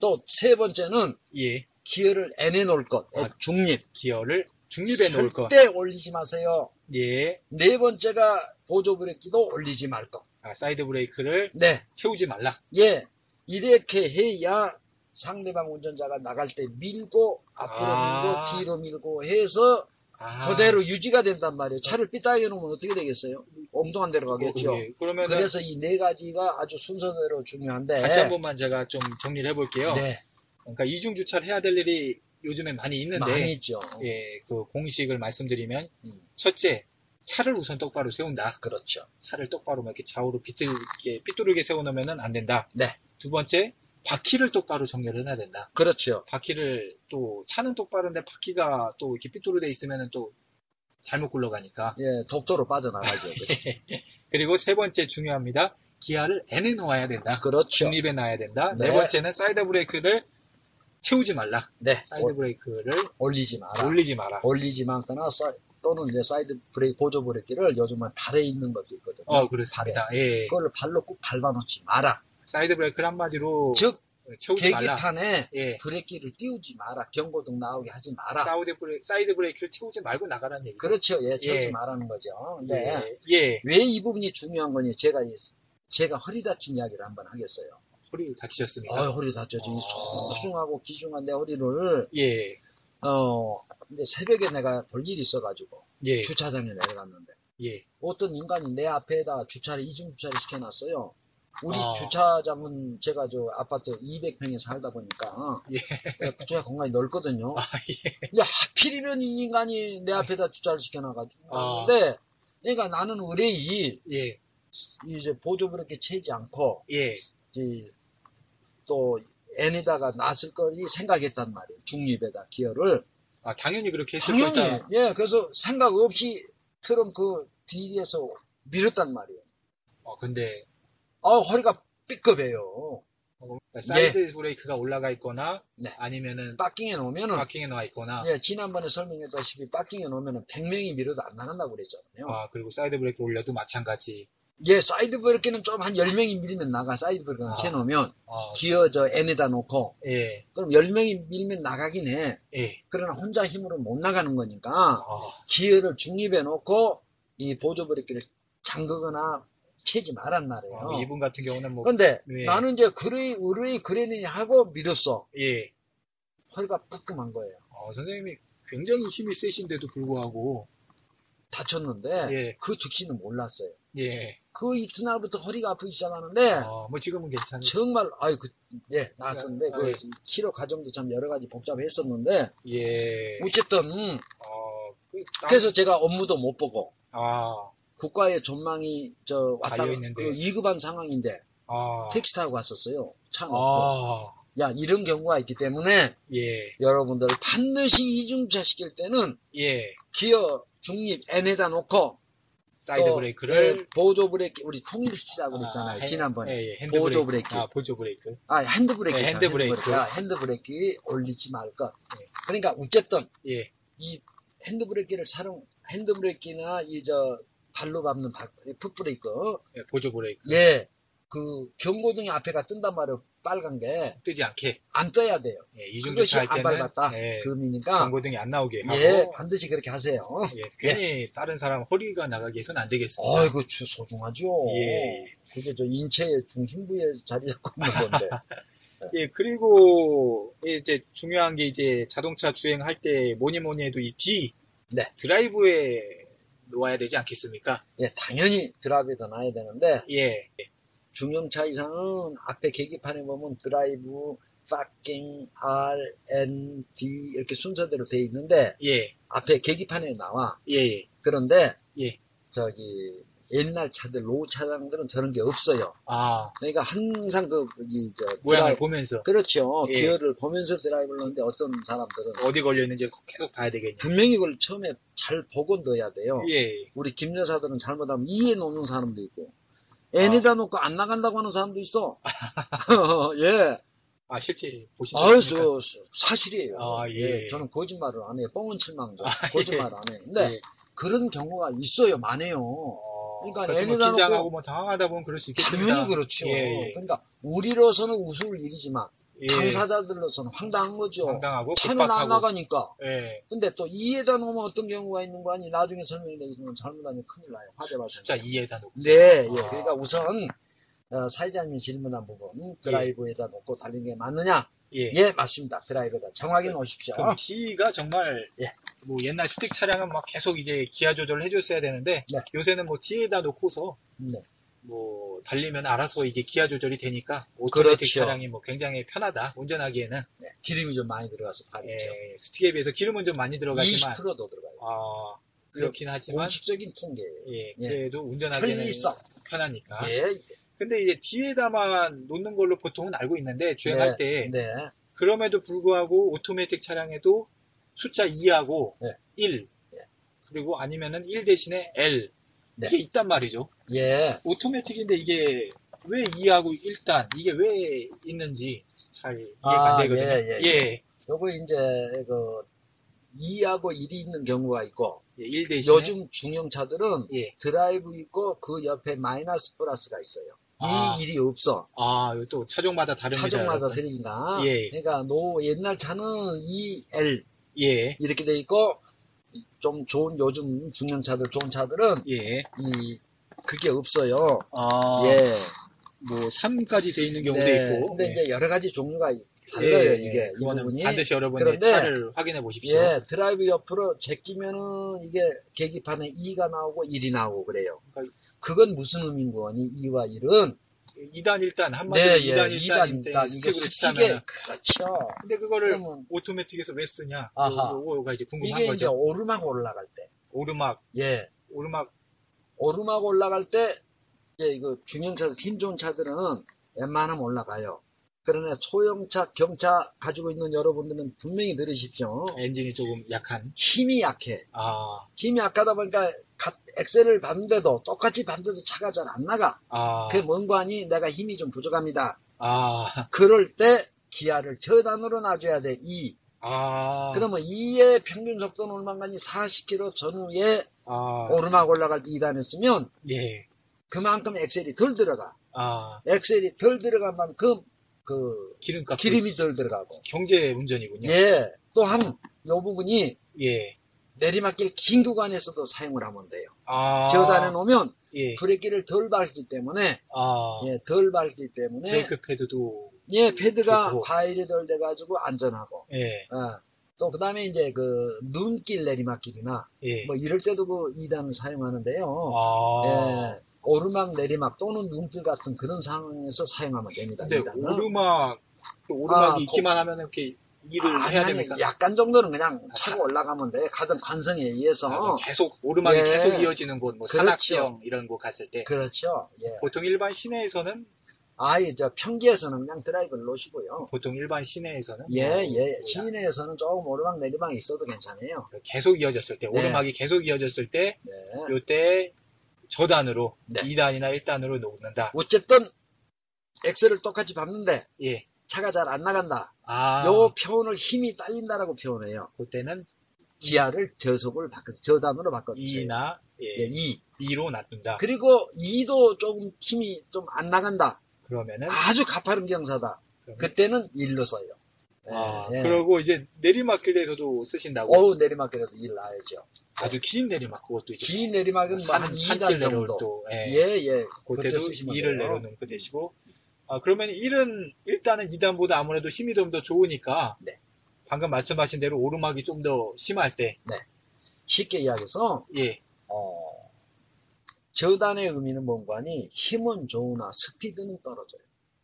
또 세 번째는
예.
기어를 N에 놓을 것. 어,
아,
중립.
기어를 중립에 놓을 것.
절대 올리지 마세요.
예.
네 번째가 보조 브레이크도 올리지 말 것.
아, 사이드 브레이크를
네.
채우지 말라.
예. 이렇게 해야 상대방 운전자가 나갈 때 밀고 앞으로
아.
밀고 뒤로 밀고 해서
아,
그대로 유지가 된단 말이에요. 차를 삐딱해 놓으면 어떻게 되겠어요? 엉뚱한 데로 가겠죠.
어, 예. 그러면은
그래서 이 네 가지가 아주 순서대로 중요한데.
다시 한 번만 제가 좀 정리를 해볼게요.
네,
그러니까 이중 주차를 해야 될 일이 요즘에 많이 있는데 네.
많이 있죠.
예, 그 공식을 말씀드리면
음.
첫째 차를 우선 똑바로 세운다.
그렇죠.
차를 똑바로 막 이렇게 좌우로 비틀게 삐뚤게 세워놓으면 안 된다.
네.
두 번째 바퀴를 똑바로 정렬해놔야 된다.
그렇죠.
바퀴를 또 차는 똑바른데 바퀴가 또 이렇게 삐뚤어져 있으면은 또 잘못 굴러가니까.
예, 독도로
[laughs]
빠져나가죠. 그렇죠.
그리고 세 번째 중요합니다. 기아를 N에 놓아야 된다.
그렇죠.
중립에 놔야 된다. 네,
네.
번째는 사이드 브레이크를 채우지 말라.
네,
사이드 브레이크를
올- 올리지 마라.
올리지 마라.
올리지 않거나 사- 또는 이제 사이드 브레이크 보조 브레이크를 요즘은 발에 있는 것도 있거든요.
어, 그렇습니다. 예.
그걸 발로 꼭 밟아놓지 마라.
사이드 브레이크를 한마디로
즉
채우지 말라.
계기판에
예.
브레이크를 띄우지 마라. 경고등 나오게 하지 마라.
사우드 브레 사이드 브레이크를 채우지 말고 나가라는 얘기죠.
그렇죠. 예, 채우지
예.
말라는 거죠. 네.
예. 예.
왜 이 부분이 중요한 거니? 제가 이- 제가 허리 다친 이야기를 한번 하겠어요.
소리 다치셨습니까?
아, 허리 다쳤지. 이
아.
소중하고 귀중한 내 허리를,
예.
어, 근데 새벽에 내가 볼 일이 있어가지고,
예.
주차장에 내려갔는데,
예.
어떤 인간이 내 앞에다 주차를, 이중주차를 시켜놨어요. 우리
아.
주차장은 제가 저 아파트 200평에 살다 보니까, 주차 공간이 넓거든요.
예. 아, 예.
근데 하필이면 이 인간이 내 앞에다 주차를 시켜놔가지고,
아.
근데, 그러니까 나는 의뢰이
예.
이제 보조부 이렇게 채지 않고
예,
이, 또 N에다가 놨을 거리 생각했단 말이에요. 중립에다 기여를.
아 당연히 그렇게 했을
당연히.
것이다.
예, 그래서 생각 없이 트럼프 그 뒤에서 밀었단 말이에요.
어 근데
아, 허리가 삐급해요.
어, 사이드 브레이크가 올라가 있거나
예. 네.
아니면은
빡킹에 놓으면은
마킹에 나와 있거나
예, 지난번에 설명했다시피 빡킹에 놓으면은 100명이 밀어도 안 나간다고 그랬잖아요.
아 그리고 사이드 브레이크 올려도 마찬가지.
예, 사이드 브레이크는 좀 한 10명이 밀면 나가. 사이드 브레이크는
아.
채놓으면
어,
기어 저 N에다 놓고
예,
그럼 10명이 밀면 나가긴 해.
예.
그러나 혼자 힘으로 못 나가는 거니까
아,
기어를 중립해 놓고 이 보조 브레이크를 잠그거나 채지 말란 말이에요.
어, 이분 같은 경우는 뭐
그런데
네.
나는 이제 그래 의뢰 그랬느냐 하고 밀었어.
예.
허리가 쁘끔한 거예요.
어, 선생님이 굉장히 힘이 세신데도 불구하고
다쳤는데
예.
그 즉시는 몰랐어요.
예.
그 이튿날부터 허리가 아프기 시작하는데
어, 뭐 지금은 괜찮은데
정말 아이 그예 나았었는데
아,
그
예.
치료 과정도 참 여러 가지 복잡했었는데
예.
뭐, 어쨌든
어, 그, 남-
그래서 제가 업무도 못 보고
아,
국가의 존망이 저 왔다
달려있는데.
그 위급한 상황인데
아,
택시 타고 갔었어요. 차 놓고
아,
야 이런 경우가 있기 때문에
예,
여러분들 반드시 이중차 시킬 때는
예.
기어 중립 N에다 놓고
사이드
또,
브레이크를
예, 보조 브레이크 우리 통일시라고
아,
그랬잖아요
해-
지난번에
예, 예. 핸드
보조 브레이크.
아, 보조 브레이크.
아 핸드 브레이크
예,
있잖아요.
핸드 브레이크.
아, 핸드 브레이크 올리지 말것 그러니까 어쨌든
예.
이 핸드 브레이크를 사용 핸드 브레이크나 이 저 발로 밟는 바- 풋 브레이크
예, 보조 브레이크.
예. 그 경고등이 앞에가 뜬단 말이에요. 빨간 게 안
뜨지 않게.
떠야 돼요.
예,
그것이
이중주차 할
안
때는
밟았다.
예,
금이니까
경고등이 안 나오게 하고
예, 반드시 그렇게 하세요.
예, 괜히 다른 사람 허리가 나가게 해서는 안 되겠습니다.
아이고 주- 소중하죠.
예.
그게 저 인체의 중심부에 자리 잡고 있는
[laughs]
건데.
예, 그리고 이제 중요한 게 이제 자동차 주행할 때 뭐니 뭐니 해도 이 D
네.
드라이브에 놓아야 되지 않겠습니까?
예, 당연히 드라이브에도 놔야 되는데
예,
중형차 이상은 앞에 계기판에 보면 드라이브, fucking, R, N, D 이렇게 순서대로 돼 있는데
예, 예,
앞에 계기판에 나와.
예.
그런데
예.
저기 옛날 차들 로우 차량들은 저런 게 없어요.
아
그러니까 항상 그 이저
모양을 보면서
그렇죠.
예.
기어를 보면서 드라이브를 하는데 어떤 사람들은
어디 걸려 있는지 계속 봐야 되겠네요.
분명히 그걸 처음에 잘 보고 넣어야 돼요.
예,
우리 김 여사들은 잘못하면 이에 놓는 사람도 있고
아.
애에다 놓고 안 나간다고 하는
[laughs]
사람도 있어. [laughs] 예.
아 실제 보신 적
아유, 그렇죠.
있습니까?
저, 저, 사실이에요.
아, 예.
저는 거짓말을 안 해요. 뻥은 칠망정.
아,
거짓말 안 해요. 근데
예.
그런 경우가 있어요. 많아요.
어,
네. 그러니까
그렇죠. 뭐
애를 안고-
긴장하고 뭐 당황하다 보면 그럴 수 있겠습니다.
당연히 그렇죠.
예, 예.
그러니까 우리로서는 우스울 일이지만
예,
당사자들로서는 황당한 거죠.
당당하고
차는 안
급박하고
나가니까.
예,
근데 또 이에다 놓으면 어떤 경우가 있는 거 아니? 나중에 설명해드리면 잘못하면 큰일 나요. 화재 발생.
숫자 2에다 놓고
네, 예.
아.
그러니까 우선 어, 사회자님이 질문한 부분 드라이브에다 놓고 달리는 게 맞느냐?
예.
예, 맞습니다. 드라이브에다 정확히 놓으십시오.
그럼 D가 정말
예.
뭐 옛날 스틱 차량은 막 계속 이제 기아 조절을 해줬어야 되는데
네.
요새는 뭐 D에다 놓고서
네.
뭐 달리면 알아서 이게 기아 조절이 되니까 오토매틱
그렇죠.
차량이 뭐 굉장히 편하다 운전하기에는
기름이 좀 많이 들어가서 다르죠.
예, 스틱에 비해서 기름은 좀 많이 들어가지만
20%도 들어가요.
아, 그렇긴 하지만
공식적인 통계예요.
예,
예.
그래도 운전하기에는 아,
편리성.
편하니까
예,
근데 이제 D에다만 놓는 걸로 보통은 알고 있는데 주행할 때
네.
그럼에도 불구하고 오토매틱 차량에도 숫자 2하고
네.
1 그리고 아니면은 1 대신에 L
네.
이게 있단 말이죠.
예.
오토매틱인데 이게 왜 2하고 1단 이게 왜 있는지 잘 이해가
아,
안 되거든요.
예, 예,
예,
요거 이제 그 2하고 1이 있는 경우가 있고
1 예, 대신에
요즘 중형차들은
예.
드라이브 있고 그 옆에 마이너스 플러스가 있어요.
아.
이 일이 없어.
아, 이거 또 차종마다 다릅니다.
차종마다
여러분.
틀린다.
예.
그러니까 노 옛날 차는 EL
예.
이렇게 돼 있고 좀 좋은 요즘 중형차들 좋은 차들은
예.
이 그게 없어요.
아,
예.
뭐 3까지 돼 있는 경우도
네,
있고.
근데
예.
이제 여러 가지 종류가 있- 달라요
예,
이게 이
그거는
부분이.
반드시 여러분의
그런데-
차를 확인해 보십시오.
예, 드라이브 옆으로 제끼면은 이게 계기판에 2가 나오고 1이 나오고 그래요.
그러니까-
그건 무슨 의미인 거니? 2와 1은
2단 1단 한마디로 2단 1단인데
네, 예. 이게
스틱으로 치자면
스틱에 그렇죠.
근데 그거를
그러면
오토매틱에서 왜 쓰냐
아하.
요거가 이제 궁금한
이게 이제
거죠
오르막 올라갈 때,
오르막
예,
오르막
오르막 올라갈 때 이제 이거 중형차들, 힘 좋은 차들은 웬만하면 올라가요. 그러나 소형차, 경차 가지고 있는 여러분들은 분명히 들으십시오.
엔진이 조금 약한.
힘이 약해.
아,
힘이 약하다 보니까 갓 엑셀을 밟는데도 똑같이 밟는데도 차가 잘 안 나가.
아,
그게 뭔 관이 내가 힘이 좀 부족합니다.
아,
그럴 때 기아를 저단으로 놔줘야 돼. 2.
아,
그러면 2의 평균 속도는 얼마간이 40km 전후에
아,
오르막 올라갈 때 2단 했으면
예,
그만큼 엑셀이 덜 들어가.
아,
엑셀이 덜 들어간 만큼 그
기름값.
기름이 덜 들어가고.
경제 운전이군요.
예. 또한 요 부분이
예.
내리막길 긴 구간에서도 사용을 하면 돼요.
아,
저단에 놓으면
예,
브레이크를 덜 밟기 때문에
아,
예, 덜 밟기 때문에
브레이크 패드도,
예, 패드가
좋고.
과일이 덜 돼가지고 안전하고.
예,
아, 또 그다음에 이제 그 눈길 내리막길이나
예.
뭐 이럴 때도 그 2단을 사용하는데요.
아,
뭐, 예, 오르막 내리막 또는 눈길 같은 그런 상황에서 사용하면 됩니다.
근데
2단은.
오르막, 또 오르막이
아,
있기만 하면 이렇게 일을
아니,
해야
아니,
됩니까?
약간 정도는 그냥 차고 올라가면 돼. 가던 관성에 의해서.
아, 그럼 계속, 오르막이
예.
계속 이어지는 곳, 뭐
그렇죠.
산악지형 이런 곳 갔을 때,
그렇죠. 예.
보통 일반 시내에서는,
아예 저 평지에서는 그냥 드라이브를 놓으시고요.
보통 일반 시내에서는,
예,
뭐,
예.
뭐야,
시내에서는 조금 오르막 내리막이 있어도 괜찮아요.
그 계속 이어졌을 때,
네.
오르막이 계속 이어졌을 때,
네.
요때 저단으로
네.
2단이나 1단으로 놓는다.
어쨌든 엑셀을 똑같이 밟는데
예.
차가 잘 안 나간다.
아,
요 표현을 힘이 딸린다라고 표현해요.
그때는
기아를 저속을 바꿔 저단으로 바꿔주세요.
2나
예,
예,
2.
2로 놔둔다.
그리고 2도 조금 힘이 좀 안 나간다.
그러면은
아주 가파른 경사다.
그러면-
그때는 1로 써요.
아,
예, 예.
그러고 이제 내리막길에서도 쓰신다고.
어우 내리막길에도 1 나야죠.
아주 긴 내리막 그것도 이제
긴 내리막은
산-
뭐한
산길
2단
내려올
정도.
또 예.
예, 예.
그때도
그때 쓰시면
2를
돼요.
내려놓고 되시고. 아, 그러면 1은 일단은 2단보다 아무래도 힘이 좀 더 좋으니까
네.
방금 말씀하신 대로 오르막이 좀 더 심할 때
쉽게 이야기해서
예.
어, 저단의 의미는 뭔가 하니 힘은 좋으나 스피드는 떨어져요.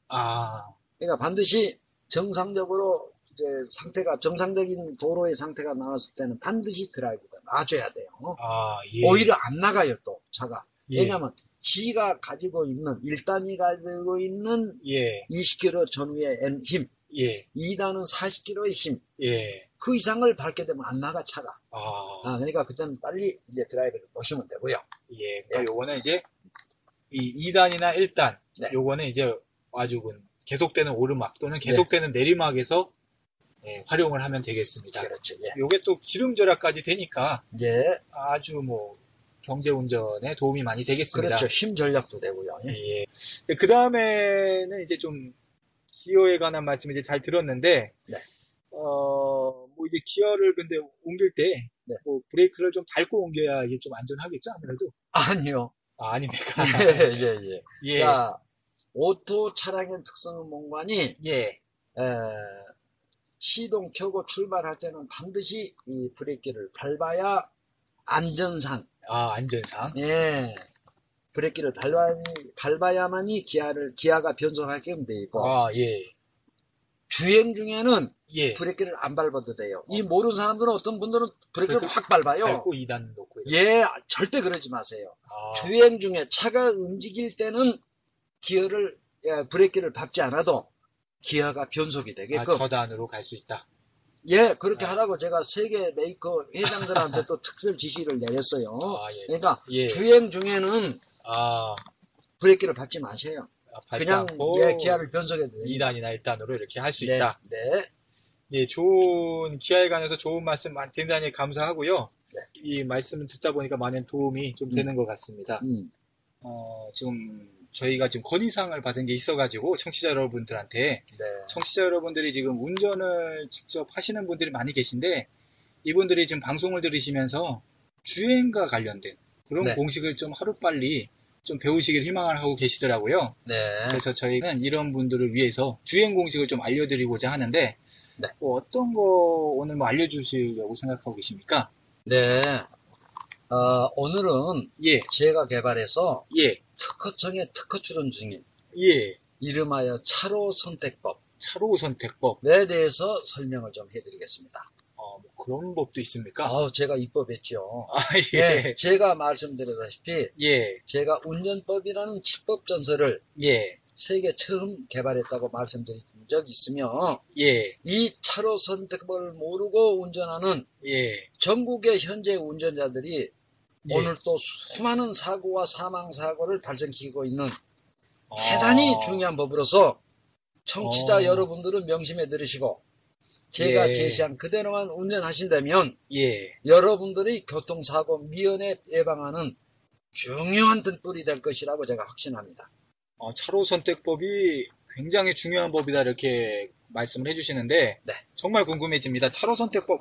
아,
그러니까 반드시 정상적으로 이제 상태가 정상적인 도로의 상태가 나왔을 때는 반드시 드라이브가 놔줘야 돼요.
아, 예.
오히려 안 나가요 또 차가.
예.
왜냐하면 지가 가지고 있는 1단이 가지고 있는
예.
20km 전후의 N 힘,
예.
2단은 40km의 힘.
예.
그 이상을 밟게 되면 안 나가 차가.
아.
아, 그러니까 그때는 빨리 이제 드라이브를 보시면 되고요.
예, 그러니까 요거는 이제 이 2단이나 1단,
네.
요거는 이제 아주 그 계속되는 오르막 또는 계속되는 내리막에서 예, 활용을 하면 되겠습니다.
그렇죠. 예.
요게 또 기름 절약까지 되니까
예.
아주 뭐 경제 운전에 도움이 많이 되겠습니다.
그렇죠. 힘 전략도 되고요. 예.
예. 그 다음에는 이제 좀 기어에 관한 말씀 이제 잘 들었는데,
네.
어, 뭐 이제 기어를 근데 옮길 때,
네.
뭐 브레이크를 좀 밟고 옮겨야 이게 좀 안전하겠죠, 아무래도. [laughs]
아니요.
아, 아닙니까?
예, 예, 예.
예.
자, 오토 차량의 특성은 뭔가니
예.
에, 시동 켜고 출발할 때는 반드시 이 브레이크를 밟아야 안전상
아, 안전상.
예 브레이크를 밟아야, 밟아야만이 기아를 기아가 변속하게끔 돼 있고
아, 예.
주행 중에는
예.
브레이크를 안 밟아도 돼요. 이 모르는 사람들은 어떤 분들은 브레이크를
브레이크
확 밟아요.
밟고 2단 놓고. 이렇게.
예 절대 그러지 마세요.
아,
주행 중에 차가 움직일 때는 기어를 예, 브레이크를 밟지 않아도 기어가 변속이
아,
되게끔
저단으로 갈 수 있다.
예 그렇게
아.
하라고 제가 세계 메이커 회장들한테 또 특별 지시를 내렸어요.
아, 예.
그러니까
예.
주행 중에는
아,
브레이크를 밟지 마세요.
아, 밟지
그냥
않고
예, 기아를 변속해도 돼요.
2단이나 1단으로 이렇게 할 수
네,
있다.
네.
예, 좋은 기아에 관해서 좋은 말씀 많- 대단히 감사하고요.
네.
이 말씀 듣다 보니까 많은 도움이 좀
음.
되는 것 같습니다.
음,
어, 지금 저희가 지금 건의사항을 받은 게 있어가지고 청취자 여러분들한테
네.
청취자 여러분들이 지금 운전을 직접 하시는 분들이 많이 계신데 이분들이 지금 방송을 들으시면서 주행과 관련된 그런
네.
공식을 좀 하루빨리 좀 배우시길 희망을 하고 계시더라고요.
네.
그래서 저희는 이런 분들을 위해서 주행 공식을 좀 알려드리고자 하는데
네.
뭐 어떤 거 오늘 뭐 알려주시려고 생각하고 계십니까?
네. 어, 오늘은
예,
제가 개발해서
예,
특허청의 특허 출원 중인
예,
이름하여 차로 선택법
차로 선택법에 어,
에 대해서 설명을 좀 해드리겠습니다.
뭐 그런 법도 있습니까?
아우, 제가 입법했죠.
아,
예,
예.
제가 말씀드렸다시피
[laughs] 예.
제가 운전법이라는 칙법 전서를
예.
세계 처음 개발했다고 말씀드린 적이 있으며
예.
이 차로 선택법을 모르고 운전하는
예.
전국의 현재 운전자들이
예.
오늘 또 수많은 사고와 사망 사고를 발생시키고 있는 대단히
아,
중요한 법으로서 청취자
어.
여러분들은 명심해 들으시고 제가
예.
제시한 그대로만 운전하신다면
예.
여러분들이 교통사고 미연에 예방하는 중요한 등불이 될 것이라고 제가 확신합니다.
어, 차로 선택법이 굉장히 중요한 법이다 이렇게 말씀을 해주시는데
네.
정말 궁금해집니다. 차로 선택법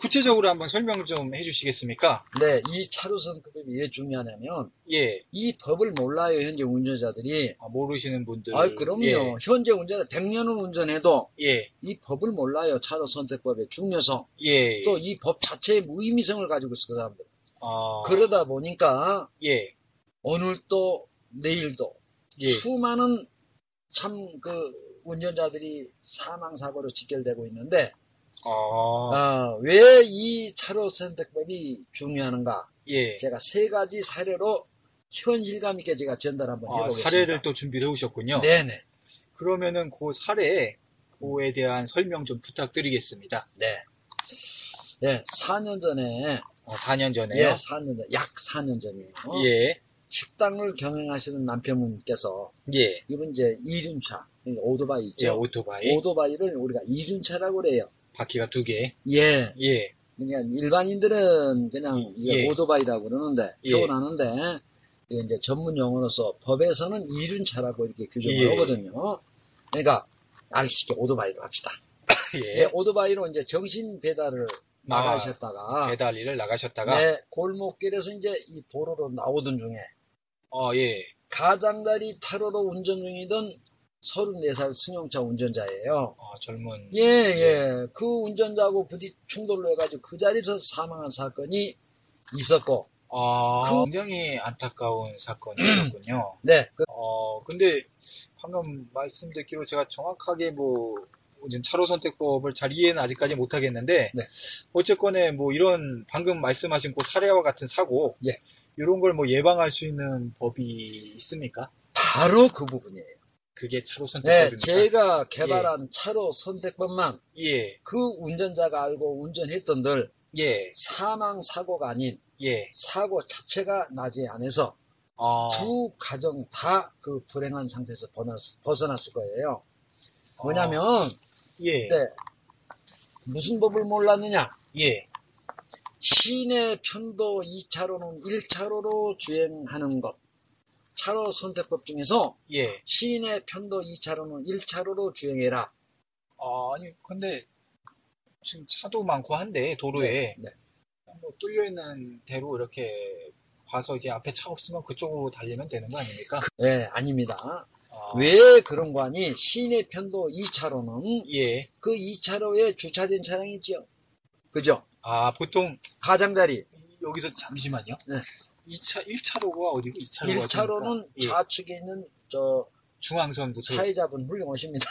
구체적으로 한번 설명 좀 해주시겠습니까?
네, 이 차로선급이 왜 중요하냐면
예,
이 법을 몰라요 현재 운전자들이.
아, 모르시는 분들.
아, 그럼요.
예,
현재 운전자 100년을 운전해도
예,
이 법을 몰라요 차로선택법의 중요성
예.
또 이 법 자체의 무의미성을 가지고 있어 그 사람들.
아,
그러다 보니까
예,
오늘 또 내일도
예,
수많은 참 그 운전자들이 사망 사고로 직결되고 있는데
아,
아, 왜 이 차로 선택법이 중요한가?
예.
제가 세 가지 사례로 현실감 있게 제가 전달 한번
아,
해보겠습니다.
사례를 또 준비를 해오셨군요.
네네.
그러면은 그 사례, 그에 대한 설명 좀 부탁드리겠습니다.
네. 예, 4년 전에,
어, 4년 전에요.
예, 어. 4년 전, 약 4년 전이에요.
예,
식당을 경영하시는 남편분께서,
예,
이분 이제 이륜차, 그러니까 오토바이
예,
있죠.
오토바이,
오토바이를 우리가 이륜차라고 그래요.
바퀴가 두 개.
예,
예,
그냥 일반인들은 그냥 이게
예.
오토바이라고 그러는데
예.
표현하는데 이게 이제 전문 용어로서 법에서는 이륜차라고 이렇게 규정을
예.
하거든요. 그러니까 알기쉽게 오토바이로 합시다. 예,
예. 아,
오토바이로 이제 정신 배달을 나가셨다가
배달일을 나가셨다가
아. 네, 골목길에서 이제 이 도로로 나오던 중에
어, 예.
가장자리 타로로 운전 중이던 34살 승용차 운전자예요.
어, 젊은
예, 예. 그 운전자하고 부딪 충돌로 해가지고 그 자리에서 사망한 사건이 있었고,
아,
그-
굉장히 안타까운 사건이 있었군요.
네, [clears throat] 그-
어, 근데 방금 말씀 듣기로 제가 정확하게 뭐 지금 차로 선택법을 잘 이해는 아직까지 못하겠는데
네.
어쨌건에 뭐 이런 방금 말씀하신 그 사례와 같은 사고
예.
이런 걸 뭐 예방할 수 있는 법이 있습니까?
바로 그 부분이에요.
그게 차로
네,
선택법입니까?
제가 개발한 차로 선택법만
예,
그 운전자가 알고 운전했던들
예,
사망 사고가 아닌
예.
사고 자체가 나지 않아서
아,
두 가정 다 그 불행한 상태에서 벗어났- 벗어났을 거예요. 뭐냐면
예,
네. 무슨 법을 몰랐느냐?
예,
시내 편도 2차로는 1차로로 주행하는 것. 차로 선택법 중에서
예.
시내 편도 2차로는 1차로로 주행해라.
아, 아니, 근데 지금 차도 많고 한데 도로에
네.
뭐 뚫려 있는 대로 이렇게 봐서 이제 앞에 차 없으면 그쪽으로 달리면 되는 거 아닙니까?
예, 아닙니다.
아,
왜 그런 거 아니? 시내 편도 2차로는
예.
그 2차로에 주차된 차량이 있죠. 그죠?
아, 보통
가장자리.
여기서 잠시만요.
네.
2차, 1차로가 어디고 2차로가
1차로는
예.
좌측에 있는 저
중앙선부터 [laughs]
사회자분 훌륭하십니다.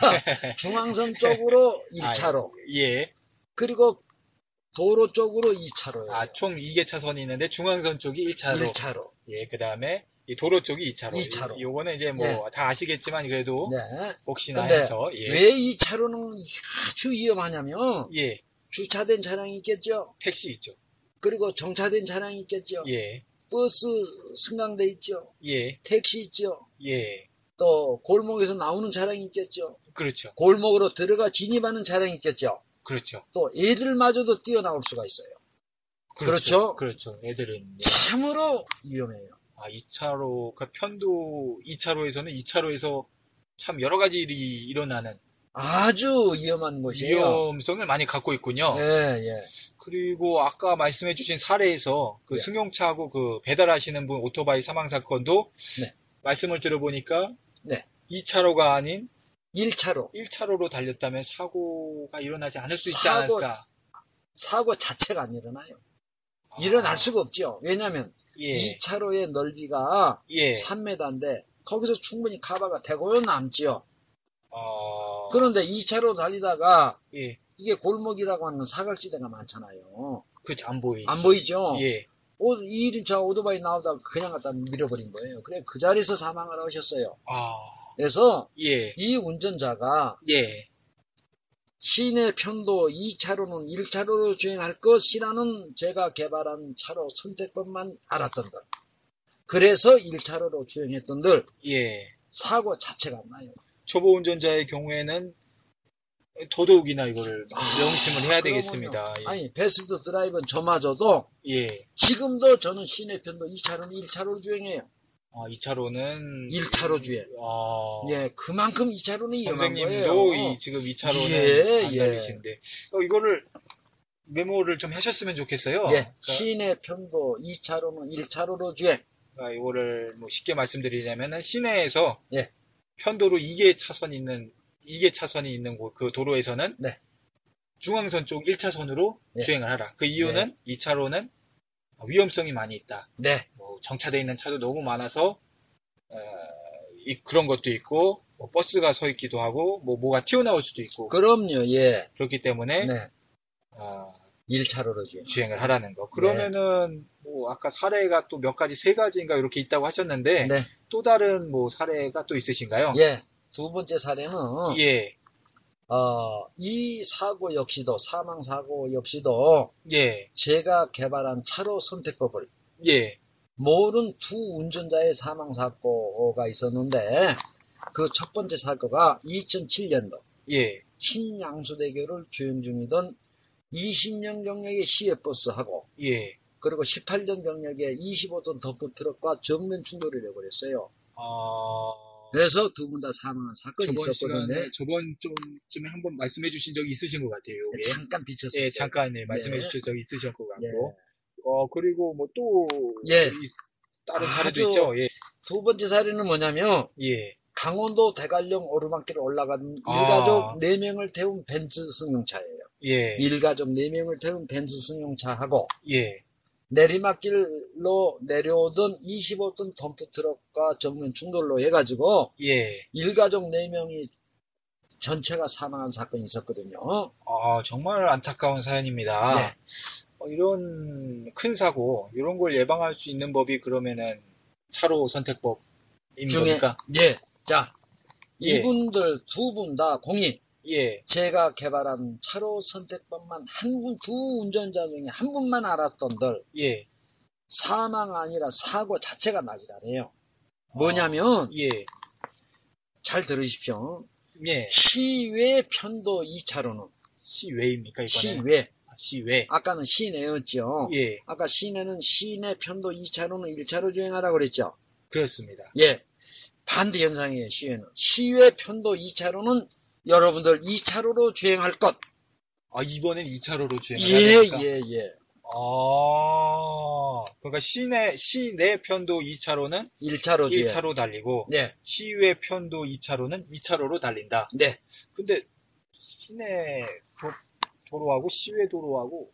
중앙선 쪽으로
아,
1차로.
예.
그리고 도로 쪽으로 2차로예요.
아, 총 2개 차선이 있는데 중앙선 쪽이 1차로.
1차로.
예, 그다음에 이 도로 쪽이 2차로.
이 차로.
요거는 이제 뭐 다 아시겠지만 그래도
네.
혹시나
근데
해서 예.
왜 2차로는 아주 위험하냐면
예.
주차된 차량이 있겠죠.
택시 있죠.
그리고 정차된 차량이 있겠죠.
예.
버스 승강대 있죠.
예.
택시 있죠.
예,
또 골목에서 나오는 차량이 있겠죠.
그렇죠.
골목으로 들어가 진입하는 차량이 있겠죠.
그렇죠.
또 애들마저도 뛰어나올 수가 있어요. 그렇죠.
그렇죠. 애들은. 예.
참으로 위험해요.
아, 2차로, 그 편도 2차로에서는 2차로에서 참 여러 가지 일이 일어나는
아주 위험한 곳이에요.
위험성을 많이 갖고 있군요.
예, 예.
그리고 아까 말씀해 주신 사례에서 그
네.
승용차하고 그 배달하시는 분 오토바이 사망 사건도
네.
말씀을 들어보니까
네.
2차로가 아닌
1차로
1차로로 달렸다면 사고가 일어나지 않을 수 있지
사고-
않을까.
사고 자체가 안 일어나요. 일어날 수가 없죠. 왜냐하면
아. 예.
이 차로의 넓이가
예.
3m인데 거기서 충분히 카바가 되고 남지요.
어,
그런데 이차로 달리다가
예.
이게 골목이라고 하는 사각지대가 많잖아요.
그죠. 그렇죠. 안 보이죠.
안 보이죠?
예.
오, 2일차 오토바이 나오다가 그냥 갖다 밀어버린 거예요. 그래, 그 자리에서 사망을 하셨어요.
아.
그래서
예.
이 운전자가
예.
시내 편도 2차로는 1차로로 주행할 것이라는 제가 개발한 차로 선택법만 알았던들. 그래서 1차로로 주행했던들
예.
사고 자체가 안 나요.
초보 운전자의 경우에는 도덕이나 이거를 명심을 해야
아, 그러면요.
되겠습니다. 예.
아니, 베스트 드라이브는 저마저도
예.
지금도 저는 시내 편도 2차로는 1차로 주행해요.
아, 2차로는
1차로 주행.
아.
예, 그만큼 2차로는 위험한
선생님도
거예요.
이, 지금 2차로는
예,
안
예.
달리시는데 어, 이거를 메모를 좀 하셨으면 좋겠어요.
예,
그러니까
시내 편도 2차로는 1차로로 주행.
그러니까 이거를 뭐 쉽게 말씀드리려면 시내에서
예.
편도로 2개 차선 있는 2개 차선이 있는 곳, 그 도로에서는
네.
중앙선 쪽 1차선으로
예.
주행을 하라. 그 이유는 2차로는 위험성이 많이 있다.
네,
뭐 정차돼 있는 차도 너무 많아서 어, 이- 그런 것도 있고 뭐 버스가 서 있기도 하고 뭐 뭐가 튀어나올 수도 있고
그럼요, 예.
그렇기 때문에
네,
어,
1차로로 주행.
주행을 하라는 거. 그러면은 뭐 아까 사례가 또 몇 가지 세 가지인가 이렇게 있다고 하셨는데
네,
또 다른 뭐 사례가 또 있으신가요?
예. 두 번째 사례는
어. 예.
어, 이 사고 역시도 사망 사고 역시도
예.
제가 개발한 차로 선택법을
예.
모른 두 운전자의 사망 사고가 있었는데 그 첫 번째 사고가 2007년도
예.
신양수대교를 주행 중이던 20년 경력의 시외버스하고
예.
그리고 18년 경력의 25톤 덤프트럭과 정면 충돌을 해버렸어요.
아.
그래서 두 분 다 사망한 사건이
저번
네, 있었거든요.
시간에 저번 좀쯤에 한번 말씀해 주신 적이 있으신 것 같아요.
예,
예.
잠깐 비쳤어요.
예, 잠깐 예, 말씀해
네.
주신 적이 있으실 것 같고.
예.
어, 그리고 뭐 또
예.
다른 사례도
아주-
있죠. 예.
두 번째 사례는 뭐냐면
예.
강원도 대관령 오르막길을 올라간
아.
일가족 네명을 태운 벤츠 승용차예요.
예.
일가족 네명을 태운 벤츠 승용차하고
예.
내리막길로 내려오던 25톤 덤프트럭과 정면 충돌로 해가지고
예.
일가족 네명이 전체가 사망한 사건이 있었거든요.
아, 정말 안타까운 사연입니다.
네.
어, 이런 큰 사고, 이런 걸 예방할 수 있는 법이 그러면은 차로 선택법인
중에
겁니까?
예. 자,
예.
이분들 두 분 다 공이
예,
제가 개발한 차로 선택법만 한 분, 두 운전자 중에 한 분만 알았던들
예,
사망 아니라 사고 자체가 나질 않아요. 뭐냐면
예,
잘 들으십시오.
예.
시외 편도 2차로는
시외입니까, 이거는?
시외
아, 시외.
아까는 시내였죠.
예,
아까 시내는 시내 편도 2차로는 1차로 주행하라 그랬죠.
그렇습니다.
예. 반대 현상이에요, 시외는. 시외 편도 2차로는 여러분들 2차로로 주행할 것.
아, 이번엔 2차로로 주행을
예,
합니까?
예, 예.
아, 그러니까 시내, 시내 편도 2차로는
1차로 주행.
1차로 달리고,
네.
시외 편도 2차로는 2차로로 달린다.
네.
근데 시내 도, 도로하고 시외 도로하고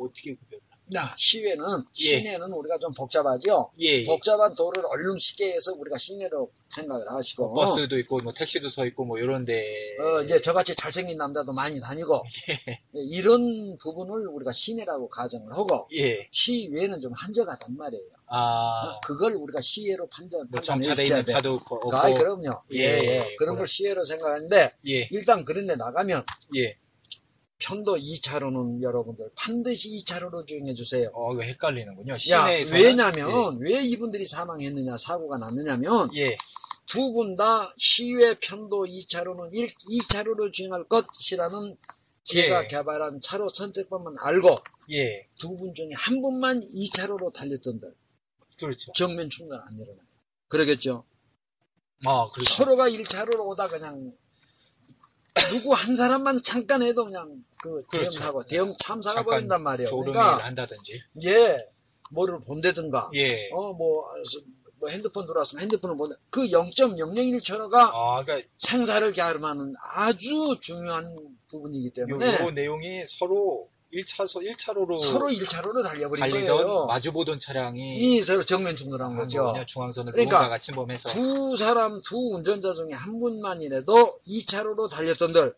어떻게 구별?
나 시외는
예.
시내는 우리가 좀 복잡하죠.
예, 예.
복잡한 도로를 얼른 쉽게 해서 우리가 시내로 생각을 하시고
뭐 버스도 있고 뭐 택시도 서 있고 뭐 이런데.
어, 이제 저같이 잘생긴 남자도 많이 다니고 예, 이런 부분을 우리가 시내라고 가정을 하고
예.
시외는 좀 한적하단 말이에요. 뭐
아,
그걸 우리가 시외로 판단
뭐
판단해
정차돼
주셔야
있는
아, 돼요.
차도 없고.
아, 그럼요.
예,
예, 예.
예.
그런 걸 시외로 생각하는데
예,
일단 그런 데 나가면
예.
편도 2차로는 여러분들 반드시 2차로로 주행해 주세요.
어, 이거 헷갈리는군요.
야,
시내에서.
왜냐면 왜 이분들이 사망했느냐 사고가 났느냐면
예, 예,
두 분 다 시외 편도 2차로는 1, 2차로로 주행할 것이라는 제가
예.
개발한 차로 선택법만 알고
예.
두 분 중에 한 분만 2차로로 달렸던들
그렇죠.
정면 충돌 안 일어나요. 그러겠죠.
아, 그렇죠.
서로가 1차로로 오다 그냥 누구 한 사람만 잠깐 해도 그냥 그 대형
그렇죠.
사고, 대형 참사가
잠깐
벌어진단 말이에요.
졸음을
그러니까
한다든지.
예, 뭐를 본다든가,
예.
어뭐 뭐 핸드폰 돌아왔으면 핸드폰을 본다. 그 0.001초가
아, 그러니까
생사를 가름하는 아주 중요한 부분이기
요,
때문에
요 내용이 서로 1차소, 1차로로
네. 서로 1차로로 달려버린 거예요.
달리던 마주보던 차량이
이 서로 정면 충돌한 거죠.
그냥 중앙선을
그러니까
누군가가 침범해서
두 사람, 두 운전자 중에 한 분만이라도 2차로로 달렸던들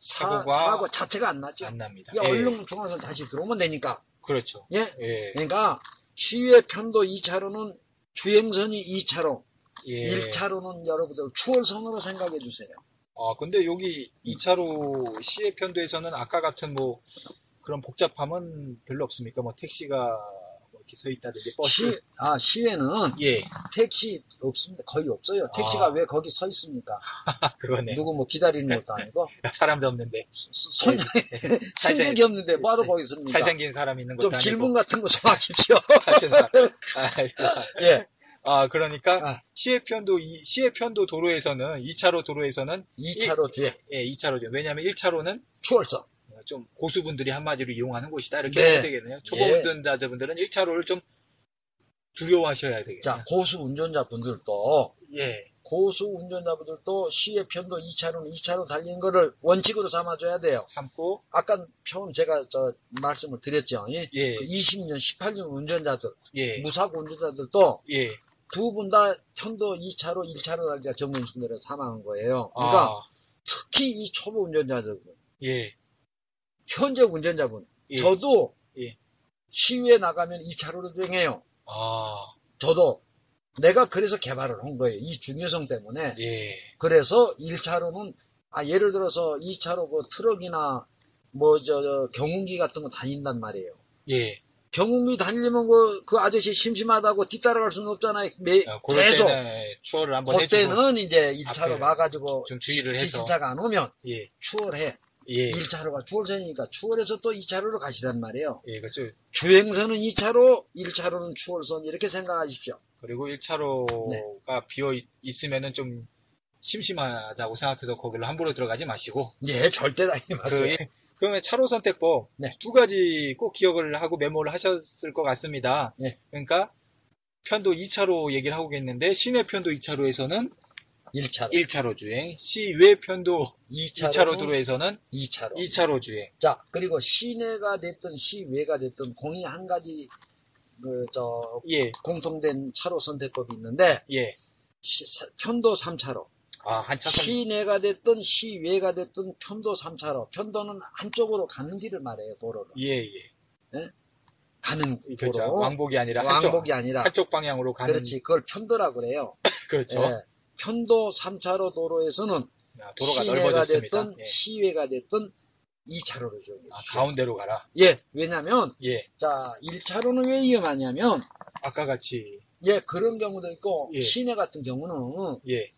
사,
사고가
사고 자체가 안 났죠.
안 납니다.
이
예,
얼른 중앙선 다시 들어오면 되니까.
그렇죠.
예.
예,
그러니까 시외 편도 2차로는 주행선이 2차로,
예.
1차로는 여러분들 추월선으로 생각해 주세요.
아, 근데 여기 2차로 시의 편도에서는 아까 같은 뭐 그런 복잡함은 별로 없습니까? 뭐 택시가 뭐 이렇게 서 있다든지 버스.
시, 아, 시외는
예,
택시 없습니다. 거의 없어요. 택시가
아.
왜 거기 서 있습니까?
아, 그거네.
누구 뭐 기다리는 것도 아니고.
사람도 없는데
손,
[laughs]
승객이 없는데 봐도 거기 있습니다.
잘생긴 사람 있는 것도
좀
아니고.
질문 같은 거 좀
[laughs]
하십시오.
아이고.
예.
아, 그러니까
아.
시의 편도 이- 시의 편도 도로에서는 2차로 도로에서는
2차로 주행,
예, 2차로죠. 왜냐하면 1차로는
추월선.
어, 좀 고수분들이 한마디로 이용하는 곳이다 이렇게
네.
보면 되겠네요. 초보
예.
운전자분들은 1차로를 좀 두려워하셔야 되겠네요.
자, 고수 운전자분들도,
예.
고수 운전자분들도 시의 편도 2차로는 2차로 달리는 거를 원칙으로 삼아줘야 돼요.
참고
아까 처음 제가 저 말씀을 드렸죠. 그 이
예,
20년, 18년 운전자들,
예,
무사고 운전자들도
예.
두 분 다 편도 2차로, 1차로 달리다 전문 순대로 사망한 거예요. 그러니까
아,
특히 이 초보 운전자들,
예,
현재 운전자분,
예.
저도
예.
시위에 나가면 2차로로 주행해요.
아,
저도 내가 그래서 개발을 한 거예요. 이 중요성 때문에.
예,
그래서 1차로는 아 예를 들어서 2차로 그 트럭이나 뭐 저 경운기 같은 거 다닌단 말이에요.
예.
경운기 달리면 그, 그 아저씨 심심하다고 뒤따라갈 수는 없잖아요. 매,
아, 그럴
계속
때는 추월을 한번 해주고
그때는 이제 1차로
앞에
와가지고
좀 주의를 그 해서
지진차가 안 오면
예,
추월해.
예,
1차로가 추월선이니까 추월해서 또 2차로로 가시단 말이에요.
예, 그렇죠.
주행선은 2차로, 1차로는 추월선 이렇게 생각하십시오.
그리고 1차로가
네.
비어 있, 있으면은 좀 심심하다고 생각해서 거기로 함부로 들어가지 마시고
예, 절대 다니지 마세요.
그, 예. 그러면 차로 선택법
네.
두 가지 꼭 기억을 하고 메모를 하셨을 것 같습니다.
네.
그러니까 편도 2차로 얘기를 하고 계는데 시내 편도 2차로에서는
1차로.
1차로 주행, 시외 편도
2차로,
2차로 도로에서는
2차로.
2차로 주행.
자, 그리고 시내가 됐든 시외가 됐든 공이 한 가지 그, 저,
예,
공통된 차로 선택법이 있는데
예.
시- 사- 편도 3차로.
아, 한 차선.
시내가 됐든 시외가 됐든 편도 3차로. 편도는 한쪽으로 가는 길을 말해요, 도로를.
예, 예.
가는
그렇죠.
도로.
왕복이 아니라 한쪽,
왕복이 아니라.
한쪽 방향으로 가는.
그렇지. 그걸 편도라 그래요.
그렇죠.
예. 편도 3차로 도로에서는
아, 도로가
시내가
넓어졌습니다.
됐든
예.
시외가 됐든 2차로로 줘
아, 가운데로 가라.
예, 왜냐면
예.
자, 1차로는 왜 위험하냐면
아까 같이.
예, 그런 경우도 있고
예.
시내 같은 경우는 어,
예.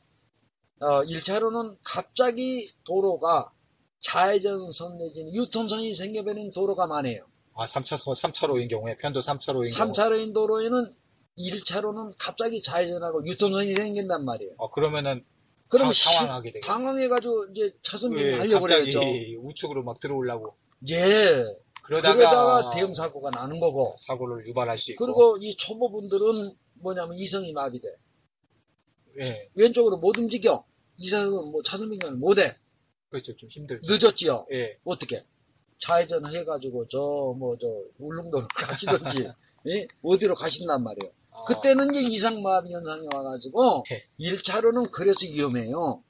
1차로는 갑자기 도로가 좌회전선 내지는 유턴선이 생겨버리는 도로가 많아요.
아, 3차, 3차로인 경우에, 편도 3차로인 경우에.
3차로인 도로에는 1차로는 갑자기 좌회전하고 유턴선이 생긴단 말이에요.
아, 그러면은
그러면
당- 당황하게 되겠네.
당황해가지고 이제 차선
예,
진입
갑자기
하려버려야죠.
[laughs] 우측으로 막 들어오려고.
예.
그러다가,
그러다가 대형 사고가 나는 거고.
사고를 유발할 수 있고.
그리고 이 초보분들은 뭐냐면 이성이 마비돼.
예.
왼쪽으로 못 움직여. 이성은 뭐 차선 변경을 못 해.
그렇죠. 좀 힘들죠.
늦었지요.
예.
어떻게? 좌회전 해가지고 저 뭐 저 울릉도로 [laughs] 가시든지 예? 어디로 가신단 말이에요.
아,
그때는 이제 이상 마비 현상이 와가지고
예.
1차로는 그래서 위험해요.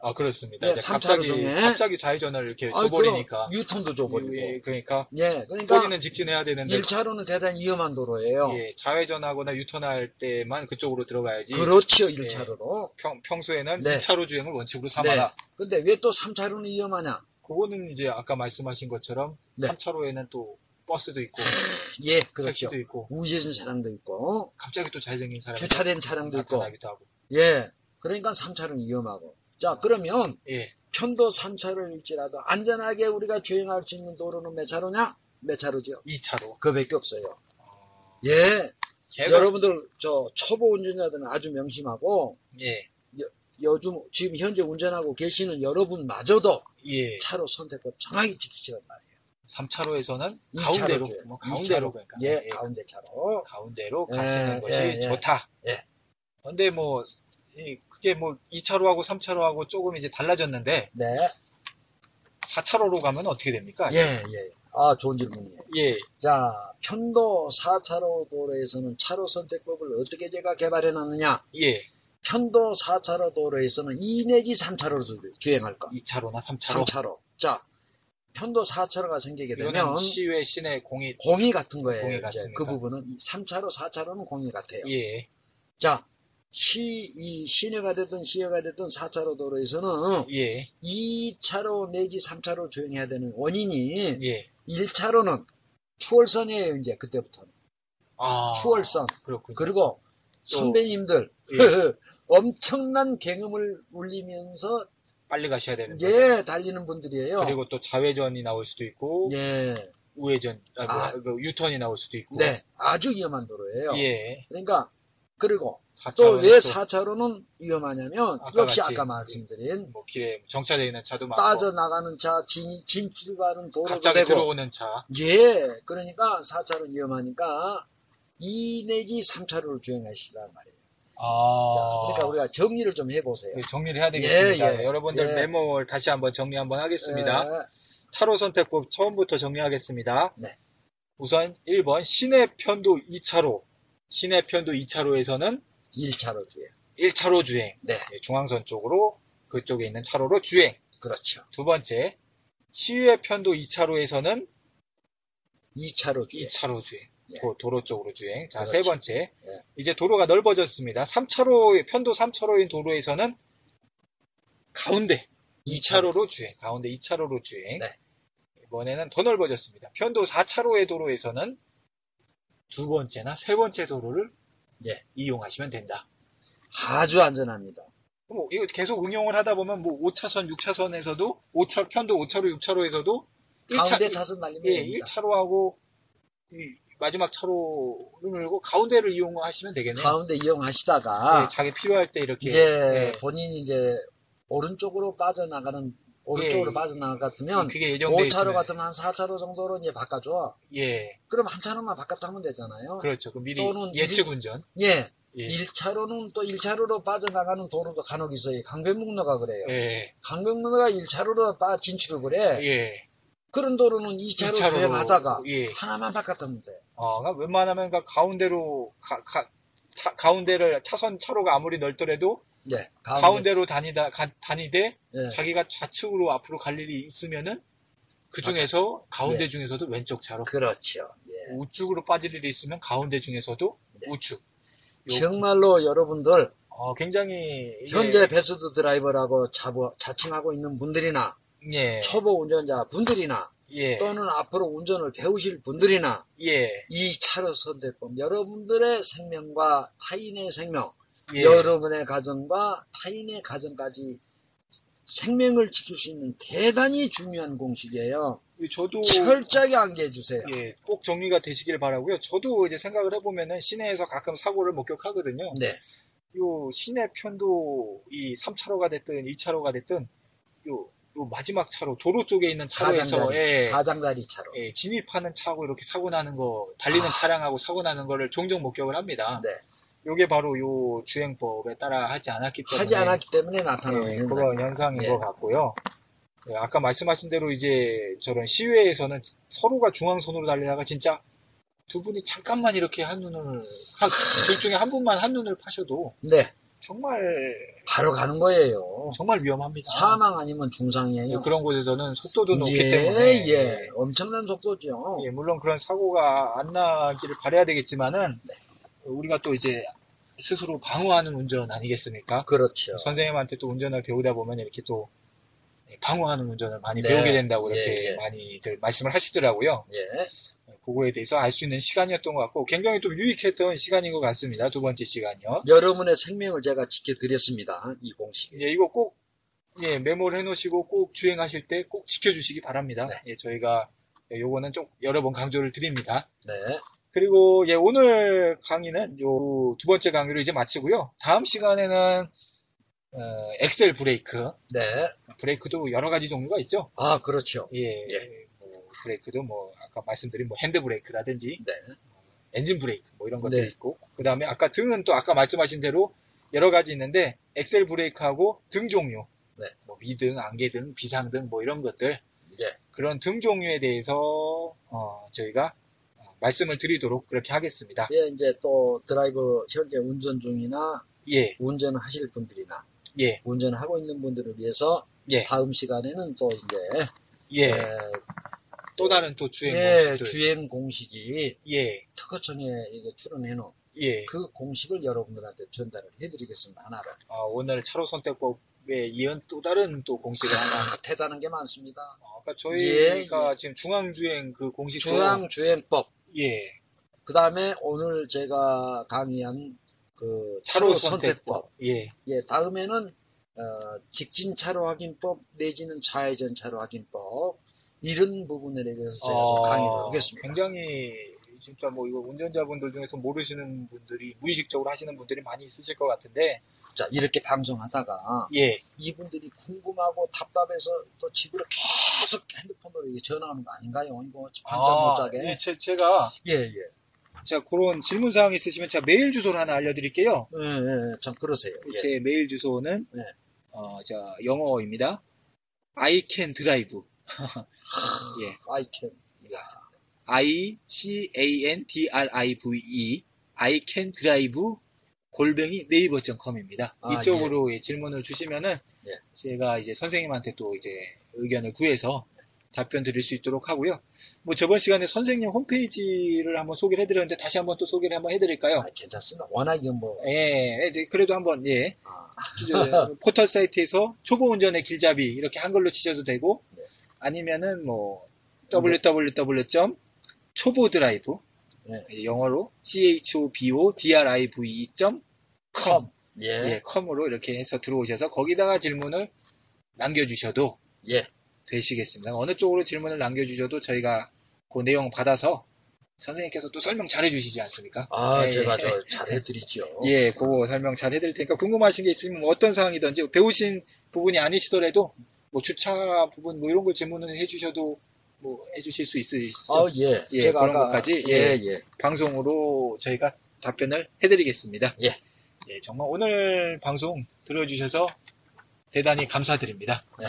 아, 그렇습니다.
예,
이제
3차로
갑자기,
중에.
갑자기 좌회전을 이렇게
아이,
줘버리니까.
그럼 유턴도 줘버리고.
예,
예,
그러니까.
그러니까
거기는 직진해야 되는데.
1차로는 대단히 위험한 도로예요.
예, 좌회전하거나 유턴할 때만 그쪽으로 들어가야지.
그렇지요, 그렇죠,
예.
1차로로.
평, 평소에는
네.
2차로 주행을 원칙으로 삼아라.
근데 왜 또 3차로는 위험하냐?
그거는 이제 아까 말씀하신 것처럼
네.
3차로에는 또 버스도 있고
예, 그렇죠.
택시도 있고
우회전 차량도 있고
갑자기 또 잘생긴 사람이
주차된 차량도 있고
나타나기도 하고
예, 그러니까 3차로는 위험하고 자 그러면
예,
편도 3차로일지라도 안전하게 우리가 주행할 수 있는 도로는 몇 차로냐? 몇 차로죠?
2차로
그밖에 없어요.
아.
예, 그러니까 여러분들 저 초보 운전자들은 아주 명심하고
예,
요즘 지금 현재 운전하고 계시는 여러분마저도
예.
차로 선택법 정확히 지키시란 말이에요.
3차로에서는
이
가운데로
차로죠.
뭐
이
가운데로
차로.
그러니까
예,
예,
가운데 차로.
가운데로
예,
가시는 것이
예, 예.
좋다.
예.
근데 뭐 이- 그게 뭐 2차로하고 3차로하고 조금 이제 달라졌는데
네,
4차로로 가면 어떻게 됩니까?
예, 예. 아, 좋은 질문이에요.
예,
자, 편도 4차로 도로에서는 차로 선택법을 어떻게 제가 개발해 놨느냐?
예.
편도 4차로 도로에서는 2 내지 3차로로 주행할 거.
2차로나 3차로.
3차로. 자, 편도 4차로가 생기게 되면
이거는 시외 시내 공이
공이 같은 거예요.
공이
이제
같습니다.
그 부분은 3차로, 4차로는 공이 같아요.
예,
자, 시, 이 시내가 됐든 시외가 됐든 4차로 도로에서는
예,
2차로 내지 3차로 주행해야 되는 원인이
예.
1차로는 추월선이에요, 이제 그때부터.
아,
추월선.
그렇군요.
그리고
또-
선배님들
예,
엄청난 갱음을 울리면서
빨리 가셔야 되는 거죠.
예 달리는 분들이에요.
그리고 네. 또 좌회전이 나올 수도 있고
예,
우회전, 아, 뭐야,
아.
그 유턴이 나올 수도 있고.
네, 아주 위험한 도로예요.
예.
그러니까 그리고 또
4차로는
왜 4차로는 위험하냐면
아까
역시
같이
아까 말씀드린
뭐 길에 정차되어 있는 차도 많고
빠져나가는 차, 진, 진출하는 도로도
갑자기
되고
들어오는 차.
예, 그러니까 4차로는 위험하니까 2 내지 3차로를 주행하시란 말이에요.
아.
그러니까 우리가 정리를 좀 해보세요.
네, 정리를 해야 되겠습니다.
예, 예.
여러분들
예.
메모를 다시 한번 정리 한번 하겠습니다.
예.
차로 선택법 처음부터 정리하겠습니다.
네.
우선 1번 시내 편도 2차로. 시내 편도 2차로에서는
1차로 주행.
1차로 주행.
네.
예, 중앙선 쪽으로 그쪽에 있는 차로로 주행.
그렇죠.
두 번째. 시외 편도 2차로에서는
2차로 주행.
2차로 주행.
예.
도, 로 쪽으로 주행. 자,
그렇죠.
세 번째.
예.
이제 도로가 넓어졌습니다. 3차로 편도 3차로인 도로에서는 가운데 2차로로 주행. 가운데 2차로로 주행.
네.
이번에는 더 넓어졌습니다. 편도 4차로의 도로에서는 두 번째나 세 번째 도로를
예.
이용하시면 된다.
아주 안전합니다.
뭐 이거 계속 응용을 하다 보면 뭐 5차선, 6차선에서도 5차 편도 5차로, 6차로에서도
가운데 차선 날리면
예,
됩니다.
1차로하고 마지막 차로를 밀고 가운데를 이용하시면 되겠네요.
가운데 이용하시다가
예, 자기 필요할 때 이렇게
이제
예,
본인이 이제 오른쪽으로 빠져나가는 오른쪽으로
예.
빠져나갈 것 같으면
그게 예정돼
5차로
있으면
같으면 한 4차로 정도로 이제 바꿔줘.
예,
그럼 한 차로만 바꿔서 하면 되잖아요.
그렇죠. 그럼 미리
또는 미리-
예측 운전.
예.
예.
1차로는 또 1차로로 빠져나가는 도로도 간혹 있어요. 강변북로가 그래요.
예,
강변북로가 1차로로 빠 진출을 그래.
예.
그런 도로는 네. 2차로,
이차로로-
주행하다가
예.
하나만 바꿨다면 돼.
어, 그러니까 웬만하면 그러니까 가운데로 가, 가 차- 가운데를 차선 차로가 아무리 넓더라도
예. 가운데.
가운데로 다니다 가- 다니되
예.
자기가 좌측으로 앞으로 갈 일이 있으면은 그 중에서
네.
가운데 중에서도 왼쪽 차로
그렇죠. 예.
네. 우측으로 빠질 일이 있으면 가운데 중에서도
네.
우측. 요-
예. 정말로 여러분들
어, 굉장히 이게-
현재 베스트 드라이버라고 자부, 자칭하고 있는 분들이나
예,
초보 운전자 분들이나
예,
또는 앞으로 운전을 배우실 분들이나
예,
이 차로 선택법 여러분들의 생명과 타인의 생명
예.
여러분의 가정과 타인의 가정까지 생명을 지킬 수 있는 대단히 중요한 공식이에요.
예, 저도
철저하게 암기해 주세요.
예, 꼭 정리가 되시길 바라고요. 저도 이제 생각을 해보면은 시내에서 가끔 사고를 목격하거든요.
네,
요 시내 편도 이 3차로가 됐든 2차로가 됐든 요, 요 마지막 차로 도로 쪽에 있는 차로에서
가장자리,
예,
가장자리 차로.
예, 진입하는 차하고 이렇게 사고 나는 거 달리는
아.
차량하고 사고 나는 거를 종종 목격을 합니다.
네.
요게 바로 요 주행법에 따라 하지 않았기 때문에
하지 않았기 때문에
예,
나타나는
그런 현상인
예.
것 같고요. 예, 아까 말씀하신 대로 이제 저런 시외에서는 서로가 중앙선으로 달리다가 진짜 두 분이 잠깐만 이렇게 한 눈을 둘 중에 한 분만 한 눈을 파셔도
네,
정말
바로 가는 거예요.
정말 위험합니다.
사망 아니면
예,
중상이에요.
그런 곳에서는 속도도 높기
예,
때문에
예, 엄청난 속도죠.
예, 물론 그런 사고가 안 나기를 바라야 되겠지만은 우리가 또 이제 스스로 방어하는 운전 아니겠습니까?
그렇죠.
선생님한테 또 운전을 배우다 보면 이렇게 또 예, 방어하는 운전을 많이
네.
배우게 된다고 이렇게
예, 예.
많이들 말씀을 하시더라고요.
예,
그거에 대해서 알 수 있는 시간이었던 것 같고 굉장히 좀 유익했던 시간인 것 같습니다. 두 번째 시간이요.
여러분의 생명을 제가 지켜드렸습니다. 이 공식.
예, 이거 꼭 예, 메모를 해놓으시고 꼭 주행하실 때 꼭 지켜주시기 바랍니다.
네.
예, 저희가 요거는 좀 여러 번 강조를 드립니다.
네,
그리고 예, 오늘 강의는 요 두 번째 강의로 이제 마치고요. 다음 시간에는 어, 엑셀 브레이크,
네.
브레이크도 여러 가지 종류가 있죠.
아, 그렇죠.
예, 뭐 브레이크도 뭐 아까 말씀드린 뭐 핸드 브레이크라든지
네.
엔진 브레이크 뭐 이런 것들이
네.
있고 그 다음에 아까 등은 또 아까 말씀하신 대로 여러 가지 있는데 엑셀 브레이크하고 등 종류
네.
뭐 미등, 안개등, 비상등 뭐 이런 것들
예.
그런 등 종류에 대해서 어, 저희가 어, 말씀을 드리도록 그렇게 하겠습니다.
예, 이제 또 드라이브 현재 운전 중이나
예,
운전하실 분들이나
예,
운전하고 있는 분들을 위해서
예,
다음 시간에는 또 이제
예.
예,
또 다른 또 주행
예,
모습들.
주행 공식이
예,
특허청에 이제 출원해 놓은
예.
그 공식을 여러분들한테 전달을 해드리겠습니다. 하나로.
어, 오늘 차로 선택법에 이은 또 다른 또 공식을 하나.
아, 대단한 게 많습니다.
아까 어, 그러니까 저희가
예,
지금 중앙주행 그 공식도
중앙 주행법.
예,
그 다음에 오늘 제가 강의한 그
차로 선택법. 예,
예, 다음에는 어, 직진 차로 확인법 내지는 좌회전 차로 확인법 이런 부분에 대해서 제가 또 강의를 하겠습니다.
어, 굉장히 진짜 뭐 이거 운전자분들 중에서 모르시는 분들이 무의식적으로 하시는 분들이 많이 있으실 것 같은데
자, 이렇게 방송하다가
예,
이분들이 궁금하고 답답해서 또 집으로 계속 핸드폰으로 이게 전화하는 거 아닌가요? 이거 방장
아,
못 자게.
예, 제, 제가
예, 예.
자 그런 질문 사항 있으시면 제가 메일 주소를 하나 알려드릴게요.
예, 예, 참 그러세요. 예.
제 메일 주소는
네.
어, 자 영어입니다. I can drive. 예,
아이템. 야,
I C A N D R I V E I can drive 골뱅이 네이버.com입니다.
아,
이쪽으로 예, 질문을 주시면은
예.
제가 이제 선생님한테 또 이제 의견을 구해서 답변 드릴 수 있도록 하고요. 뭐 저번 시간에 선생님 홈페이지를 한번 소개를 해드렸는데 다시 한번 또 소개를 한번 해드릴까요?
아, 괜찮습니다. 워낙 이거 뭐
예, 예, 이제 그래도 한번 예
아,
저, 포털 사이트에서 초보 운전의 길잡이 이렇게 한글로 치셔도 되고
네. 음.
아니면은 뭐 www. 초보 드라이브 예,
네.
영어로 chodrive.com
예,
예,
예,
com으로 이렇게 해서 들어오셔서 거기다가 질문을 남겨주셔도
예.
되시겠습니다. 어느 쪽으로 질문을 남겨주셔도 저희가 그 내용 받아서 선생님께서 또 설명 잘해주시지 않습니까?
아,
예,
제가
예.
저 잘해드리죠.
예, 그거 설명 잘 해드릴 테니까 궁금하신 게 있으면 뭐 어떤 상황이든지 배우신 부분이 아니시더라도 뭐 주차 부분 뭐 이런 걸 질문을 해주셔도 뭐 해주실 수 있으시죠?
아, 예.
예,
제가
그런
아까
것까지?
예, 예.
방송으로 저희가 답변을 해드리겠습니다.
예.
예, 정말 오늘 방송 들어주셔서 대단히 감사드립니다.
네.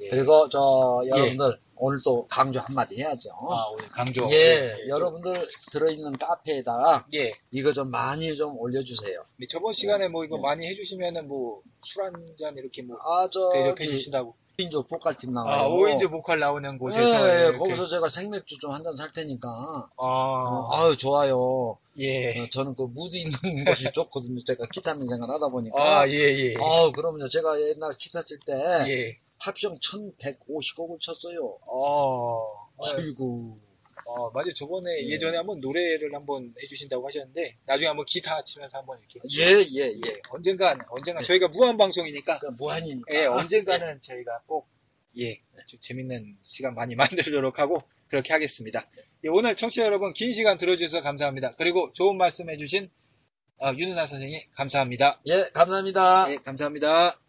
예.
그리고 저 여러분들 오늘 또 강조 한마디 해야죠.
아, 오늘 강조.
어. 예, 여러분들 들어있는 카페에다가
예,
이거 좀 많이 좀 올려주세요.
저번 시간에 뭐 이거
예.
많이 해주시면은 뭐 술 한 잔 이렇게 뭐
아, 저
대접해 주신다고.
5인조 보컬팀 나와요.
아, 오인조 보컬 나오는 곳에서
예, 예,
이렇게.
거기서 제가 생맥주 좀 한 잔 살 테니까.
아,
아유, 좋아요.
예.
어, 저는 그 무드
[laughs]
있는 것이 좋거든요. 제가 기타민 생활 하다 보니까.
아, 예, 예.
아우, 그럼요. 제가 옛날 기타 칠 때
예.
합성 1150곡을 쳤어요.
어,
아이고.
어, 맞아요. 저번에
예.
예전에 한번 노래를 한번 해주신다고 하셨는데, 나중에 한번 기타 치면서 한번 이렇게.
예, 예, 예.
예, 언젠간, 언젠간,
예.
저희가 무한방송이니까,
그러니까 무한이니까.
예, 언젠가는 저희가 꼭, 예, 좀 재밌는 시간 많이 [laughs] 만들도록 하고, 그렇게 하겠습니다. 예, 오늘 청취자 여러분, 긴 시간 들어주셔서 감사합니다. 그리고 좋은 말씀 해주신, 아, 윤은아 선생님, 감사합니다.
예, 감사합니다.
예, 감사합니다.